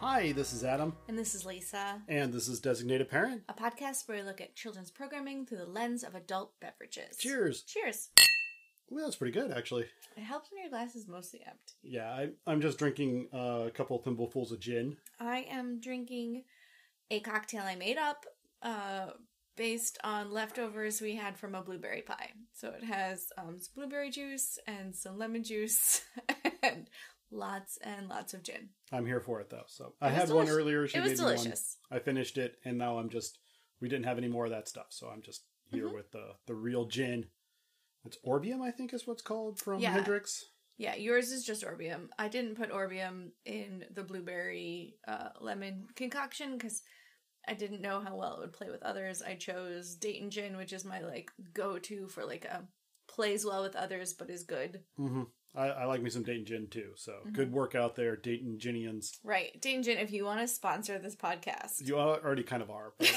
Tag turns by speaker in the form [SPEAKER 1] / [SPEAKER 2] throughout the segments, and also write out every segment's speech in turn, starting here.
[SPEAKER 1] Hi, this is Adam,
[SPEAKER 2] And this is Lisa,
[SPEAKER 1] and this is Designated Parent.
[SPEAKER 2] a podcast where we look at children's programming through the lens of adult beverages.
[SPEAKER 1] Cheers.
[SPEAKER 2] Cheers.
[SPEAKER 1] Well, that's pretty good, actually.
[SPEAKER 2] It helps when your glass is mostly empty.
[SPEAKER 1] Yeah, I, I'm just drinking uh, a couple thimblefuls of gin.
[SPEAKER 2] I am drinking a cocktail I made up uh, based on leftovers we had from a blueberry pie. So it has um, some blueberry juice and some lemon juice and lots and lots of gin.
[SPEAKER 1] I'm here for it, though. So
[SPEAKER 2] It
[SPEAKER 1] I
[SPEAKER 2] was
[SPEAKER 1] had
[SPEAKER 2] delici-
[SPEAKER 1] one earlier. She
[SPEAKER 2] it was
[SPEAKER 1] gave me one.
[SPEAKER 2] delicious.
[SPEAKER 1] I finished it, and now I'm just. We didn't have any more of that stuff, so I'm just here
[SPEAKER 2] Mm-hmm.
[SPEAKER 1] with the the real gin. It's Orbium, I think, is what's called from
[SPEAKER 2] Yeah.
[SPEAKER 1] Hendrix.
[SPEAKER 2] Yeah, yours is just Orbium. I didn't put Orbium in the blueberry uh, lemon concoction because I didn't know how well it would play with others. I chose Dayton Gin, which is my like go to for like a plays well with others but is good.
[SPEAKER 1] hmm I, I like me some Dayton gin too. So good
[SPEAKER 2] Mm-hmm.
[SPEAKER 1] work out there, Dayton ginians.
[SPEAKER 2] Right. Dingin, if you want to sponsor this podcast,
[SPEAKER 1] You al- already kind of are. But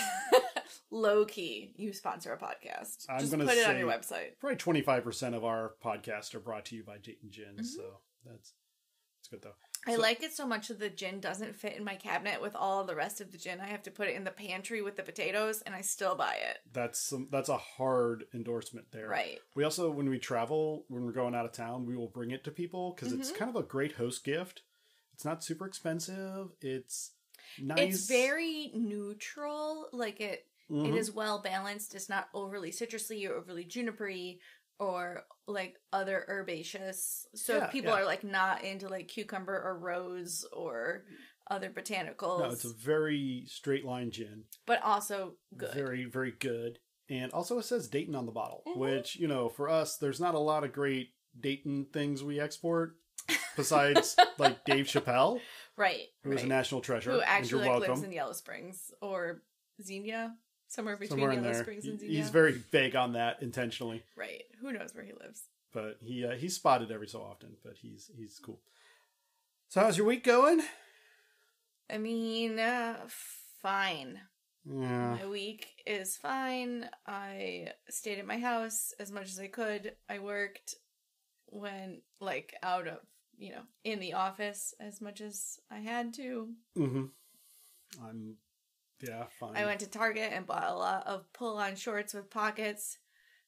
[SPEAKER 2] low key, you sponsor a podcast.
[SPEAKER 1] I'm
[SPEAKER 2] Just
[SPEAKER 1] gonna
[SPEAKER 2] put it on
[SPEAKER 1] say-
[SPEAKER 2] your website.
[SPEAKER 1] probably twenty five percent of our podcasts are brought to you by Dayton Gin.
[SPEAKER 2] Mm-hmm.
[SPEAKER 1] So that's that's good though.
[SPEAKER 2] I
[SPEAKER 1] So-
[SPEAKER 2] like it so much that the gin doesn't fit in my cabinet with all the rest of the gin. I have to put it in the pantry with the potatoes and I still buy it.
[SPEAKER 1] That's some, that's a hard endorsement there.
[SPEAKER 2] Right.
[SPEAKER 1] We also, when we travel, when we're going out of town, we will bring it to people because
[SPEAKER 2] Mm-hmm.
[SPEAKER 1] it's kind of a great host gift. It's not super expensive. It's nice.
[SPEAKER 2] It's very neutral. Like it, it
[SPEAKER 1] Mhm.
[SPEAKER 2] is well balanced. It's not overly citrusy or overly junipery or like other herbaceous. So
[SPEAKER 1] Yeah,
[SPEAKER 2] if people
[SPEAKER 1] yeah.
[SPEAKER 2] are like not into like cucumber or rose or other botanicals,
[SPEAKER 1] No, it's a very straight line gin.
[SPEAKER 2] but also good.
[SPEAKER 1] Very very good. And also, it says Dayton on the bottle,
[SPEAKER 2] Mm-hmm.
[SPEAKER 1] which you know, for us, there's not a lot of great Dayton things we export. Besides, like Dave Chappelle,
[SPEAKER 2] right.
[SPEAKER 1] who is
[SPEAKER 2] right.
[SPEAKER 1] a national treasure,
[SPEAKER 2] who
[SPEAKER 1] and you're
[SPEAKER 2] actually like,
[SPEAKER 1] welcome.
[SPEAKER 2] lives in Yellow Springs or Xenia, somewhere between
[SPEAKER 1] Somewhere in
[SPEAKER 2] Yellow
[SPEAKER 1] there,
[SPEAKER 2] Springs and
[SPEAKER 1] He-
[SPEAKER 2] Xenia.
[SPEAKER 1] he's very vague on that intentionally.
[SPEAKER 2] right. Who knows where he lives?
[SPEAKER 1] but he uh, he's spotted every so often, but he's he's cool. So how's your week going?
[SPEAKER 2] I mean, uh, fine.
[SPEAKER 1] Yeah,
[SPEAKER 2] My week is fine. I stayed at my house as much as I could. I worked when like out of you know in the office as much as I had to.
[SPEAKER 1] hmm I'm yeah fine.
[SPEAKER 2] I went to Target and bought a lot of pull-on shorts with pockets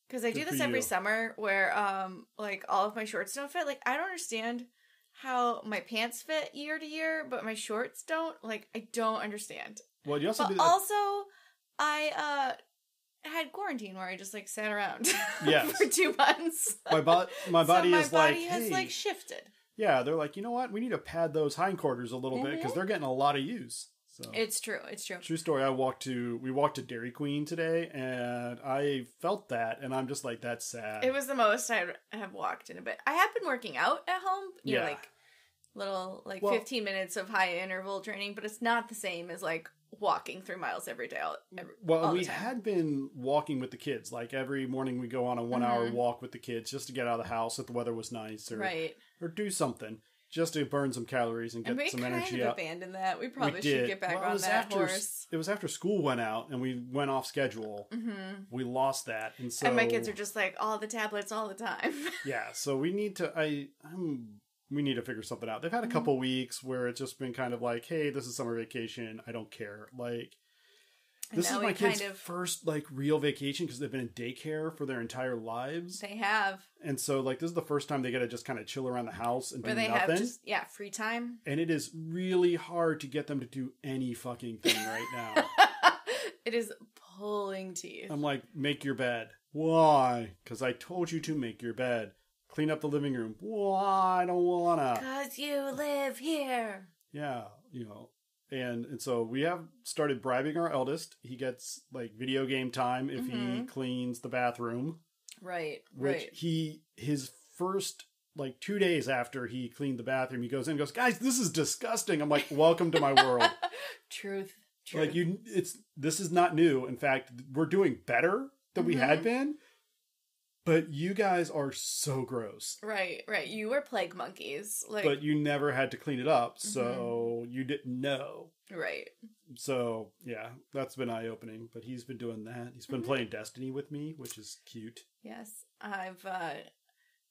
[SPEAKER 2] because I do
[SPEAKER 1] Good
[SPEAKER 2] this
[SPEAKER 1] for
[SPEAKER 2] every
[SPEAKER 1] you.
[SPEAKER 2] summer where um like all of my shorts don't fit. Like I don't understand how my pants fit year to year, but my shorts don't. Like I don't understand.
[SPEAKER 1] Well, you also
[SPEAKER 2] But
[SPEAKER 1] do that.
[SPEAKER 2] also, I uh had quarantine where I just like sat around
[SPEAKER 1] Yes.
[SPEAKER 2] for two months.
[SPEAKER 1] my, bo- my body
[SPEAKER 2] so my
[SPEAKER 1] is
[SPEAKER 2] body
[SPEAKER 1] like,
[SPEAKER 2] has
[SPEAKER 1] hey,
[SPEAKER 2] like shifted.
[SPEAKER 1] yeah. They're like, you know what? We need to pad those hindquarters a little bit bit
[SPEAKER 2] Mm-hmm.
[SPEAKER 1] because they're getting a lot of use. So
[SPEAKER 2] It's true. It's true.
[SPEAKER 1] true story. I walked to we walked to Dairy Queen today, and I felt that, and I'm just like, that's sad.
[SPEAKER 2] It was the most I have walked in a bit. I have been working out at home, you know,
[SPEAKER 1] Yeah.
[SPEAKER 2] like little like
[SPEAKER 1] Well-
[SPEAKER 2] 15 minutes of high interval training, but it's not the same as like walking three miles every day. All,
[SPEAKER 1] Mm,
[SPEAKER 2] every, all
[SPEAKER 1] Well,
[SPEAKER 2] the
[SPEAKER 1] we
[SPEAKER 2] time.
[SPEAKER 1] had been walking with the kids. Like every morning, we go on a one-hour walk with the kids just to get out of the house if the weather was nice, or
[SPEAKER 2] Mm-hmm. right,
[SPEAKER 1] or do something just to burn some calories and
[SPEAKER 2] and
[SPEAKER 1] get
[SPEAKER 2] we
[SPEAKER 1] some
[SPEAKER 2] kind
[SPEAKER 1] energy
[SPEAKER 2] of
[SPEAKER 1] up.
[SPEAKER 2] abandoned that. We probably
[SPEAKER 1] we
[SPEAKER 2] should
[SPEAKER 1] did.
[SPEAKER 2] get back
[SPEAKER 1] Well, it
[SPEAKER 2] on
[SPEAKER 1] was
[SPEAKER 2] that
[SPEAKER 1] after,
[SPEAKER 2] horse.
[SPEAKER 1] It was after school went out and we went off schedule.
[SPEAKER 2] Mhm.
[SPEAKER 1] We lost that, and so
[SPEAKER 2] and my kids are just like all the tablets all the time.
[SPEAKER 1] yeah. So we need to. I I'm, we need to figure something out. They've had a
[SPEAKER 2] Mm-hmm.
[SPEAKER 1] couple weeks where it's just been kind of like, hey, this is summer vacation. I don't care. Like.
[SPEAKER 2] And
[SPEAKER 1] This
[SPEAKER 2] now
[SPEAKER 1] is
[SPEAKER 2] we
[SPEAKER 1] my kids'
[SPEAKER 2] kind of-
[SPEAKER 1] first like real vacation because they've been in daycare for their entire lives.
[SPEAKER 2] they have
[SPEAKER 1] And so like this is the first time they get to just kind of chill around the house and
[SPEAKER 2] where
[SPEAKER 1] do
[SPEAKER 2] they
[SPEAKER 1] nothing.
[SPEAKER 2] have just yeah free time.
[SPEAKER 1] And it is really hard to get them to do any fucking thing right now.
[SPEAKER 2] it is pulling teeth.
[SPEAKER 1] I'm like, make your bed. Why? Because I told you to make your bed. Clean up the living room. Why? I don't wanna.
[SPEAKER 2] Cause you live here.
[SPEAKER 1] Yeah, you know. And and so we have started bribing our eldest. He gets like video game time if he
[SPEAKER 2] Mhm.
[SPEAKER 1] cleans the bathroom.
[SPEAKER 2] Right.
[SPEAKER 1] Which
[SPEAKER 2] right.
[SPEAKER 1] he his first like two days after he cleaned the bathroom, he goes in and goes, Guys, this is disgusting. I'm like, Welcome to my world.
[SPEAKER 2] Truth. Truth.
[SPEAKER 1] like you it's this is not new. In fact, we're doing better than we had
[SPEAKER 2] Mhm.
[SPEAKER 1] been. But you guys are so gross.
[SPEAKER 2] right, right. You were plague monkeys. Like Mm-hmm.
[SPEAKER 1] But you never had to clean it up, so you didn't know.
[SPEAKER 2] right.
[SPEAKER 1] So yeah, that's been eye opening. But he's been doing that. He's been
[SPEAKER 2] Mhm.
[SPEAKER 1] playing Destiny with me, which is cute.
[SPEAKER 2] Yes, I've uh,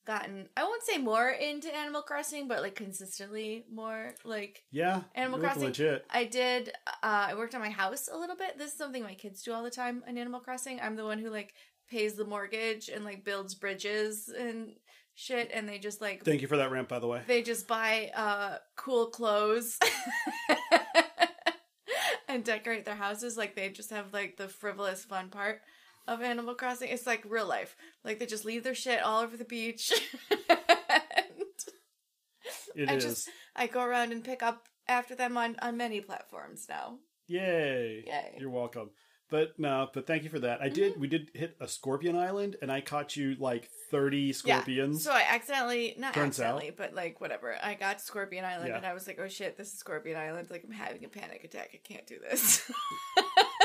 [SPEAKER 2] gotten, I won't say more into Animal Crossing, but like consistently more. Like,
[SPEAKER 1] Yeah,
[SPEAKER 2] Animal
[SPEAKER 1] you look
[SPEAKER 2] Crossing.
[SPEAKER 1] legit.
[SPEAKER 2] I did, uh, I worked on my house a little bit. This is something my kids do all the time in Animal Crossing. I'm the one who like pays the mortgage and like builds bridges and shit, and they just like,
[SPEAKER 1] Thank you for that rant, by the way.
[SPEAKER 2] they just buy uh, cool clothes. And decorate their houses like they just have like the frivolous fun part of Animal Crossing. It's like real life. Like they just leave their shit all over the beach.
[SPEAKER 1] It is
[SPEAKER 2] I just- I go around and pick up after them on, on many platforms now.
[SPEAKER 1] Yay.
[SPEAKER 2] Yay. Mm-hmm.
[SPEAKER 1] You're welcome. But no, but thank you for that. I did. We did hit a scorpion island, and I caught you like thirty scorpions.
[SPEAKER 2] So I accidentally, not
[SPEAKER 1] Turns out.
[SPEAKER 2] accidentally, but like whatever, I got Scorpion Island
[SPEAKER 1] Yeah.
[SPEAKER 2] and I was like, oh shit, this is Scorpion Island. Like I'm having a panic attack. I can't do this.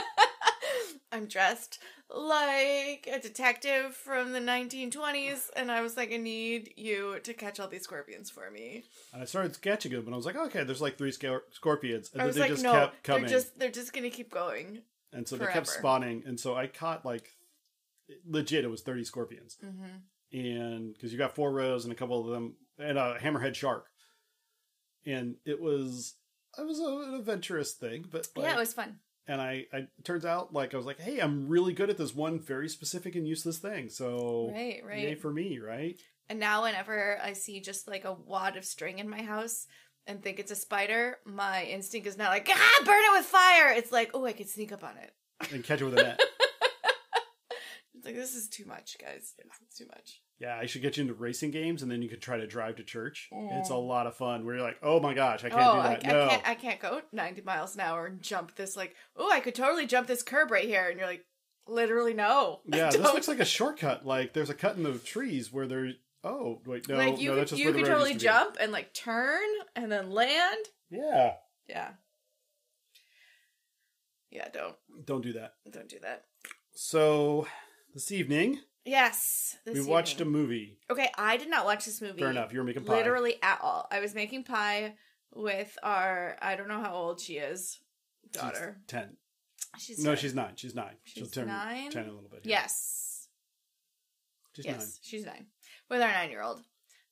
[SPEAKER 2] I'm dressed like a detective from the 1920s and I was like, I need you to catch all these scorpions for me.
[SPEAKER 1] and I started sketching them, and I was like, okay, there's like three scor- scorpions, and
[SPEAKER 2] I
[SPEAKER 1] then
[SPEAKER 2] was
[SPEAKER 1] they
[SPEAKER 2] like,
[SPEAKER 1] just
[SPEAKER 2] no,
[SPEAKER 1] kept
[SPEAKER 2] they're
[SPEAKER 1] coming,
[SPEAKER 2] just they're just gonna keep going.
[SPEAKER 1] and so they kept
[SPEAKER 2] forever.
[SPEAKER 1] spawning, and so I caught like legit, it was thirty scorpions.
[SPEAKER 2] Mm-hmm.
[SPEAKER 1] and because you got four rows and a couple of them and a hammerhead shark and it was it was a- an adventurous thing but like,
[SPEAKER 2] yeah, it was fun.
[SPEAKER 1] and I, I it turns out like i was like hey i'm really good at this one very specific and useless thing so
[SPEAKER 2] Right, right.
[SPEAKER 1] yay for me right
[SPEAKER 2] And now, whenever I see just like a wad of string in my house and think it's a spider, my instinct is not like, ah, burn it with fire. It's like, oh, I could sneak up on it.
[SPEAKER 1] and catch it with a net
[SPEAKER 2] It's like, this is too much, guys. It's too much.
[SPEAKER 1] yeah i should get you into racing games and then you could try to drive to church
[SPEAKER 2] Mm.
[SPEAKER 1] it's a lot of fun where you're like oh my gosh i can't
[SPEAKER 2] oh,
[SPEAKER 1] do
[SPEAKER 2] I,
[SPEAKER 1] that
[SPEAKER 2] I
[SPEAKER 1] no
[SPEAKER 2] can't. I can't go 90 miles an hour and jump this. Like, oh, I could totally jump this curb right here. And you're like, literally, no.
[SPEAKER 1] yeah this
[SPEAKER 2] Don't.
[SPEAKER 1] looks like a shortcut like there's a cut in the trees where there oh wait no
[SPEAKER 2] like you
[SPEAKER 1] no
[SPEAKER 2] could,
[SPEAKER 1] that's just
[SPEAKER 2] you
[SPEAKER 1] where the
[SPEAKER 2] could
[SPEAKER 1] road
[SPEAKER 2] totally
[SPEAKER 1] used to be.
[SPEAKER 2] jump and like turn and then land.
[SPEAKER 1] yeah
[SPEAKER 2] Yeah. Yeah. Don't
[SPEAKER 1] don't do that
[SPEAKER 2] don't do that.
[SPEAKER 1] So this evening
[SPEAKER 2] Yes.
[SPEAKER 1] we watched a movie.
[SPEAKER 2] Okay, I did not watch this movie.
[SPEAKER 1] Fair enough, you were making pie.
[SPEAKER 2] Literally at all. I was making pie with our I don't know how old she is
[SPEAKER 1] She's
[SPEAKER 2] daughter.
[SPEAKER 1] ten.
[SPEAKER 2] She's,
[SPEAKER 1] no,
[SPEAKER 2] nine.
[SPEAKER 1] she's nine. She's nine. She'll
[SPEAKER 2] She's
[SPEAKER 1] turn
[SPEAKER 2] nine?
[SPEAKER 1] ten in a little bit. here.
[SPEAKER 2] yes,
[SPEAKER 1] she's
[SPEAKER 2] yes,
[SPEAKER 1] nine.
[SPEAKER 2] she's nine with our nine year old,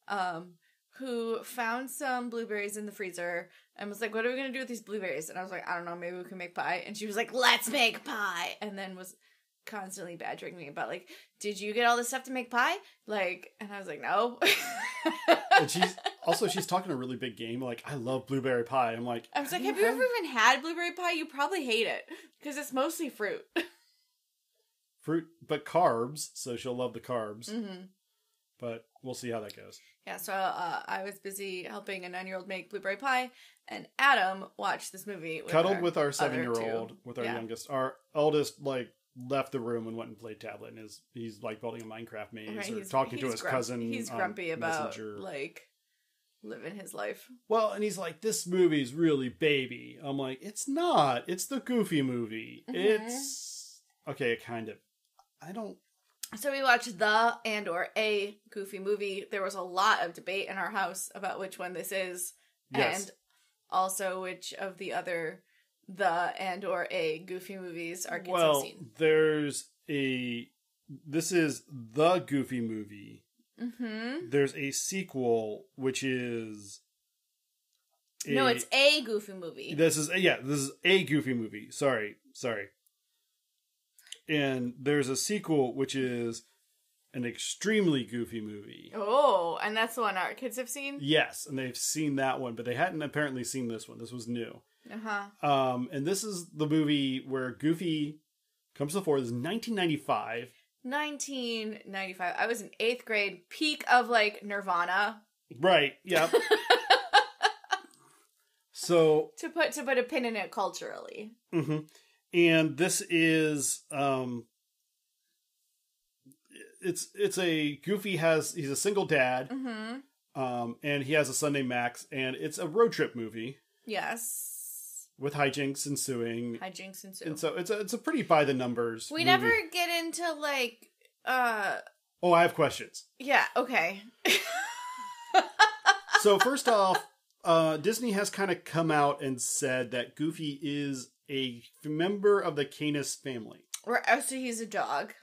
[SPEAKER 2] um, who found some blueberries in the freezer and was like, "What are we gonna do with these blueberries?" And I was like, "I don't know. Maybe we can make pie." And she was like, "Let's make pie!" And then was constantly badgering me about like, "Did you get all this stuff to make pie?" Like, and I was like, "No."
[SPEAKER 1] And she's also she's talking a really big game. Like I love blueberry pie. I'm like
[SPEAKER 2] I was like, have you ever even had blueberry pie? You probably hate it because it's mostly fruit.
[SPEAKER 1] fruit, but carbs. So she'll love the carbs.
[SPEAKER 2] hmm
[SPEAKER 1] But we'll see how that goes.
[SPEAKER 2] Yeah, so uh, I was busy helping a nine year old make blueberry pie, and Adam watched this movie. With
[SPEAKER 1] Cuddled
[SPEAKER 2] our
[SPEAKER 1] with our
[SPEAKER 2] other
[SPEAKER 1] seven year old,
[SPEAKER 2] two.
[SPEAKER 1] with our
[SPEAKER 2] Yeah.
[SPEAKER 1] youngest, our eldest like left the room and went and played tablet and is he's like building a Minecraft maze
[SPEAKER 2] Right,
[SPEAKER 1] or
[SPEAKER 2] he's-
[SPEAKER 1] talking to
[SPEAKER 2] he's
[SPEAKER 1] his
[SPEAKER 2] grump-
[SPEAKER 1] cousin.
[SPEAKER 2] He's
[SPEAKER 1] on
[SPEAKER 2] grumpy about
[SPEAKER 1] Messenger.
[SPEAKER 2] like living his life.
[SPEAKER 1] Well, and he's like, this movie's really baby. I'm like, it's not. It's the goofy movie.
[SPEAKER 2] Mhm.
[SPEAKER 1] It's okay, kind of. I don't.
[SPEAKER 2] So we watched the and or a goofy movie. There was a lot of debate in our house about which one this is,
[SPEAKER 1] Yes,
[SPEAKER 2] and also which of the other the and or a goofy movies our kids
[SPEAKER 1] well,
[SPEAKER 2] have seen.
[SPEAKER 1] there's a. This is the goofy movie.
[SPEAKER 2] Mm-hmm.
[SPEAKER 1] There's a sequel, which is.
[SPEAKER 2] No,
[SPEAKER 1] a-
[SPEAKER 2] it's a goofy movie.
[SPEAKER 1] This is yeah. This is a goofy movie. Sorry, sorry. And there's a sequel, which is an extremely goofy movie.
[SPEAKER 2] oh, and that's the one our kids have seen.
[SPEAKER 1] Yes, and they've seen that one, but they hadn't apparently seen this one. This was new.
[SPEAKER 2] Uh huh.
[SPEAKER 1] Um, and this is the movie where Goofy comes to the fore. This is 1995.
[SPEAKER 2] 1995. I was in eighth grade, peak of like Nirvana.
[SPEAKER 1] Right. Yep. so,
[SPEAKER 2] To put to put a pin in it culturally.
[SPEAKER 1] hmm and this is um, it's it's a Goofy has he's a single dad
[SPEAKER 2] Mm-hmm.
[SPEAKER 1] Um, and he has a Sunday Max, and it's a road trip movie
[SPEAKER 2] Yes. with
[SPEAKER 1] with hijinks ensuing.
[SPEAKER 2] Hijinks and
[SPEAKER 1] And
[SPEAKER 2] so.
[SPEAKER 1] so it's a, it's a pretty by the numbers.
[SPEAKER 2] We
[SPEAKER 1] movie.
[SPEAKER 2] never get into like uh
[SPEAKER 1] Oh, I have questions.
[SPEAKER 2] yeah, okay.
[SPEAKER 1] So first off, uh, Disney has kind of come out and said that Goofy is a member of the Canis family.
[SPEAKER 2] Or oh, so he's a dog.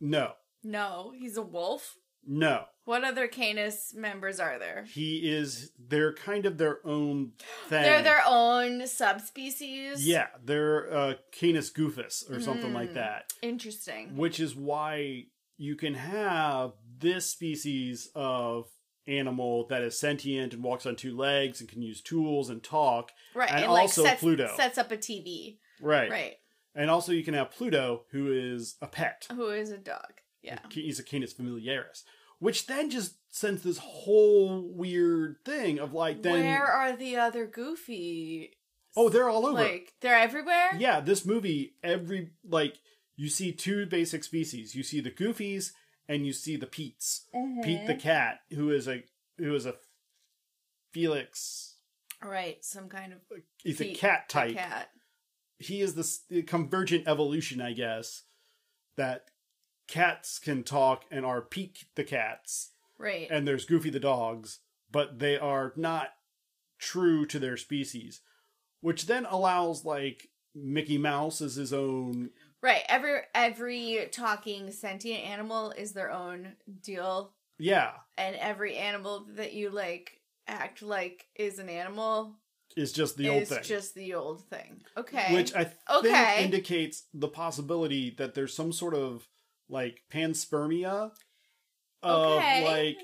[SPEAKER 1] No,
[SPEAKER 2] No, he's a wolf.
[SPEAKER 1] no,
[SPEAKER 2] What other Canis members are there?
[SPEAKER 1] he is. They're kind of their own thing.
[SPEAKER 2] They're their own subspecies.
[SPEAKER 1] yeah, they're uh, Canis Goofus or something like
[SPEAKER 2] Mm.
[SPEAKER 1] that.
[SPEAKER 2] Interesting.
[SPEAKER 1] which is why you can have this species of animal that is sentient and walks on two legs and can use tools and talk
[SPEAKER 2] Right.
[SPEAKER 1] and also
[SPEAKER 2] sets,
[SPEAKER 1] Pluto.
[SPEAKER 2] sets up a TV.
[SPEAKER 1] right.
[SPEAKER 2] Right.
[SPEAKER 1] and also you can have pluto who is a pet
[SPEAKER 2] Who is a dog. Oh, Yeah.
[SPEAKER 1] he's a canis familiaris which then just sends this whole weird thing of like then
[SPEAKER 2] Where are the other goofy?
[SPEAKER 1] oh they're all over
[SPEAKER 2] Like they're everywhere?
[SPEAKER 1] yeah this movie every like you see two basic species you see the goofies and you see the peets Pete the cat, who is a who is a Felix.
[SPEAKER 2] Right, some kind of
[SPEAKER 1] He's
[SPEAKER 2] Pete
[SPEAKER 1] a cat type.
[SPEAKER 2] cat.
[SPEAKER 1] He is this the convergent evolution, I guess, that cats can talk and are Pete the cats,
[SPEAKER 2] Right.
[SPEAKER 1] and there's Goofy the dogs, but they are not true to their species, which then allows like Mickey Mouse as his own.
[SPEAKER 2] Right. Every every talking sentient animal is their own deal,
[SPEAKER 1] Yeah,
[SPEAKER 2] and every animal that you like act like is an animal
[SPEAKER 1] is just the old
[SPEAKER 2] is
[SPEAKER 1] thing.
[SPEAKER 2] just the old thing. Okay.
[SPEAKER 1] Which I think
[SPEAKER 2] Okay.
[SPEAKER 1] indicates the possibility that there's some sort of like panspermia of
[SPEAKER 2] Okay.
[SPEAKER 1] like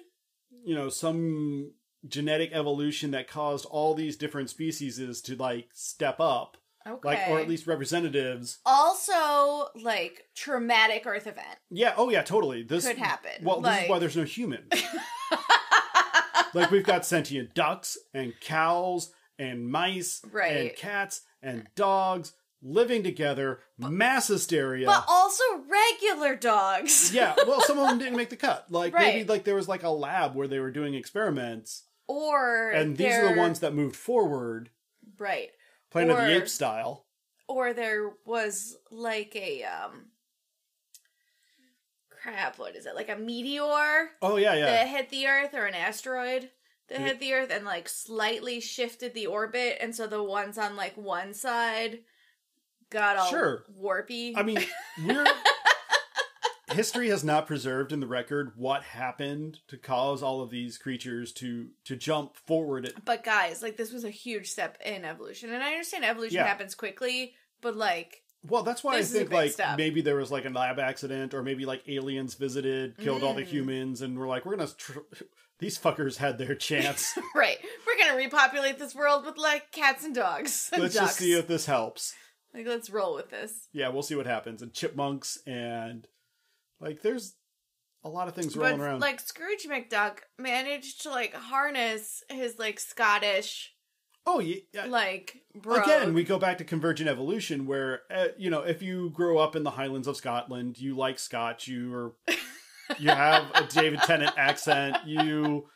[SPEAKER 1] you know some genetic evolution that caused all these different species to like step up
[SPEAKER 2] okay.
[SPEAKER 1] like or at least representatives
[SPEAKER 2] also like traumatic earth event.
[SPEAKER 1] yeah oh yeah totally this
[SPEAKER 2] Could happen.
[SPEAKER 1] well this is why
[SPEAKER 2] Like-
[SPEAKER 1] there's no human like we've got sentient ducks and cows and mice and
[SPEAKER 2] Right.
[SPEAKER 1] cats and dogs living together mass hysteria
[SPEAKER 2] But also regular dogs.
[SPEAKER 1] yeah well some of them didn't make the cut like
[SPEAKER 2] Right.
[SPEAKER 1] maybe like there was like a lab where they were doing experiments
[SPEAKER 2] Or
[SPEAKER 1] and these are
[SPEAKER 2] they're-
[SPEAKER 1] the ones that moved forward
[SPEAKER 2] Right.
[SPEAKER 1] planet of the
[SPEAKER 2] Or-
[SPEAKER 1] apes style
[SPEAKER 2] Or there was like a um crap, what is it? Like a meteor?
[SPEAKER 1] oh yeah yeah
[SPEAKER 2] that hit the Earth or an asteroid that
[SPEAKER 1] Yeah.
[SPEAKER 2] hit the Earth and like slightly shifted the orbit, and so the ones on like one side got all
[SPEAKER 1] Sure.
[SPEAKER 2] warpy.
[SPEAKER 1] i mean we're history has not preserved in the record what happened to cause all of these creatures to to jump forward at,
[SPEAKER 2] but guys, like this was a huge step in evolution, and I understand evolution
[SPEAKER 1] Yeah.
[SPEAKER 2] happens quickly, but like
[SPEAKER 1] well that's why
[SPEAKER 2] This is
[SPEAKER 1] i
[SPEAKER 2] a
[SPEAKER 1] think
[SPEAKER 2] big
[SPEAKER 1] like
[SPEAKER 2] step.
[SPEAKER 1] maybe there was like a lab accident or maybe like aliens visited killed all the
[SPEAKER 2] Mm.
[SPEAKER 1] humans and we're like we're gonna tr- these fuckers had their chance
[SPEAKER 2] right, we're gonna repopulate this world with like cats and dogs and
[SPEAKER 1] let's
[SPEAKER 2] ducks.
[SPEAKER 1] just see if this helps
[SPEAKER 2] like let's roll with this.
[SPEAKER 1] yeah, we'll see what happens. And chipmunks and like there's a lot of things rolling
[SPEAKER 2] But
[SPEAKER 1] around.
[SPEAKER 2] like Scrooge McDuck managed to like harness his like Scottish
[SPEAKER 1] oh yeah, yeah.
[SPEAKER 2] like bro
[SPEAKER 1] Again, we go back to convergent evolution, where uh, you know if you grow up in the Highlands of Scotland, you like Scotch, you are you have a David Tennant accent, you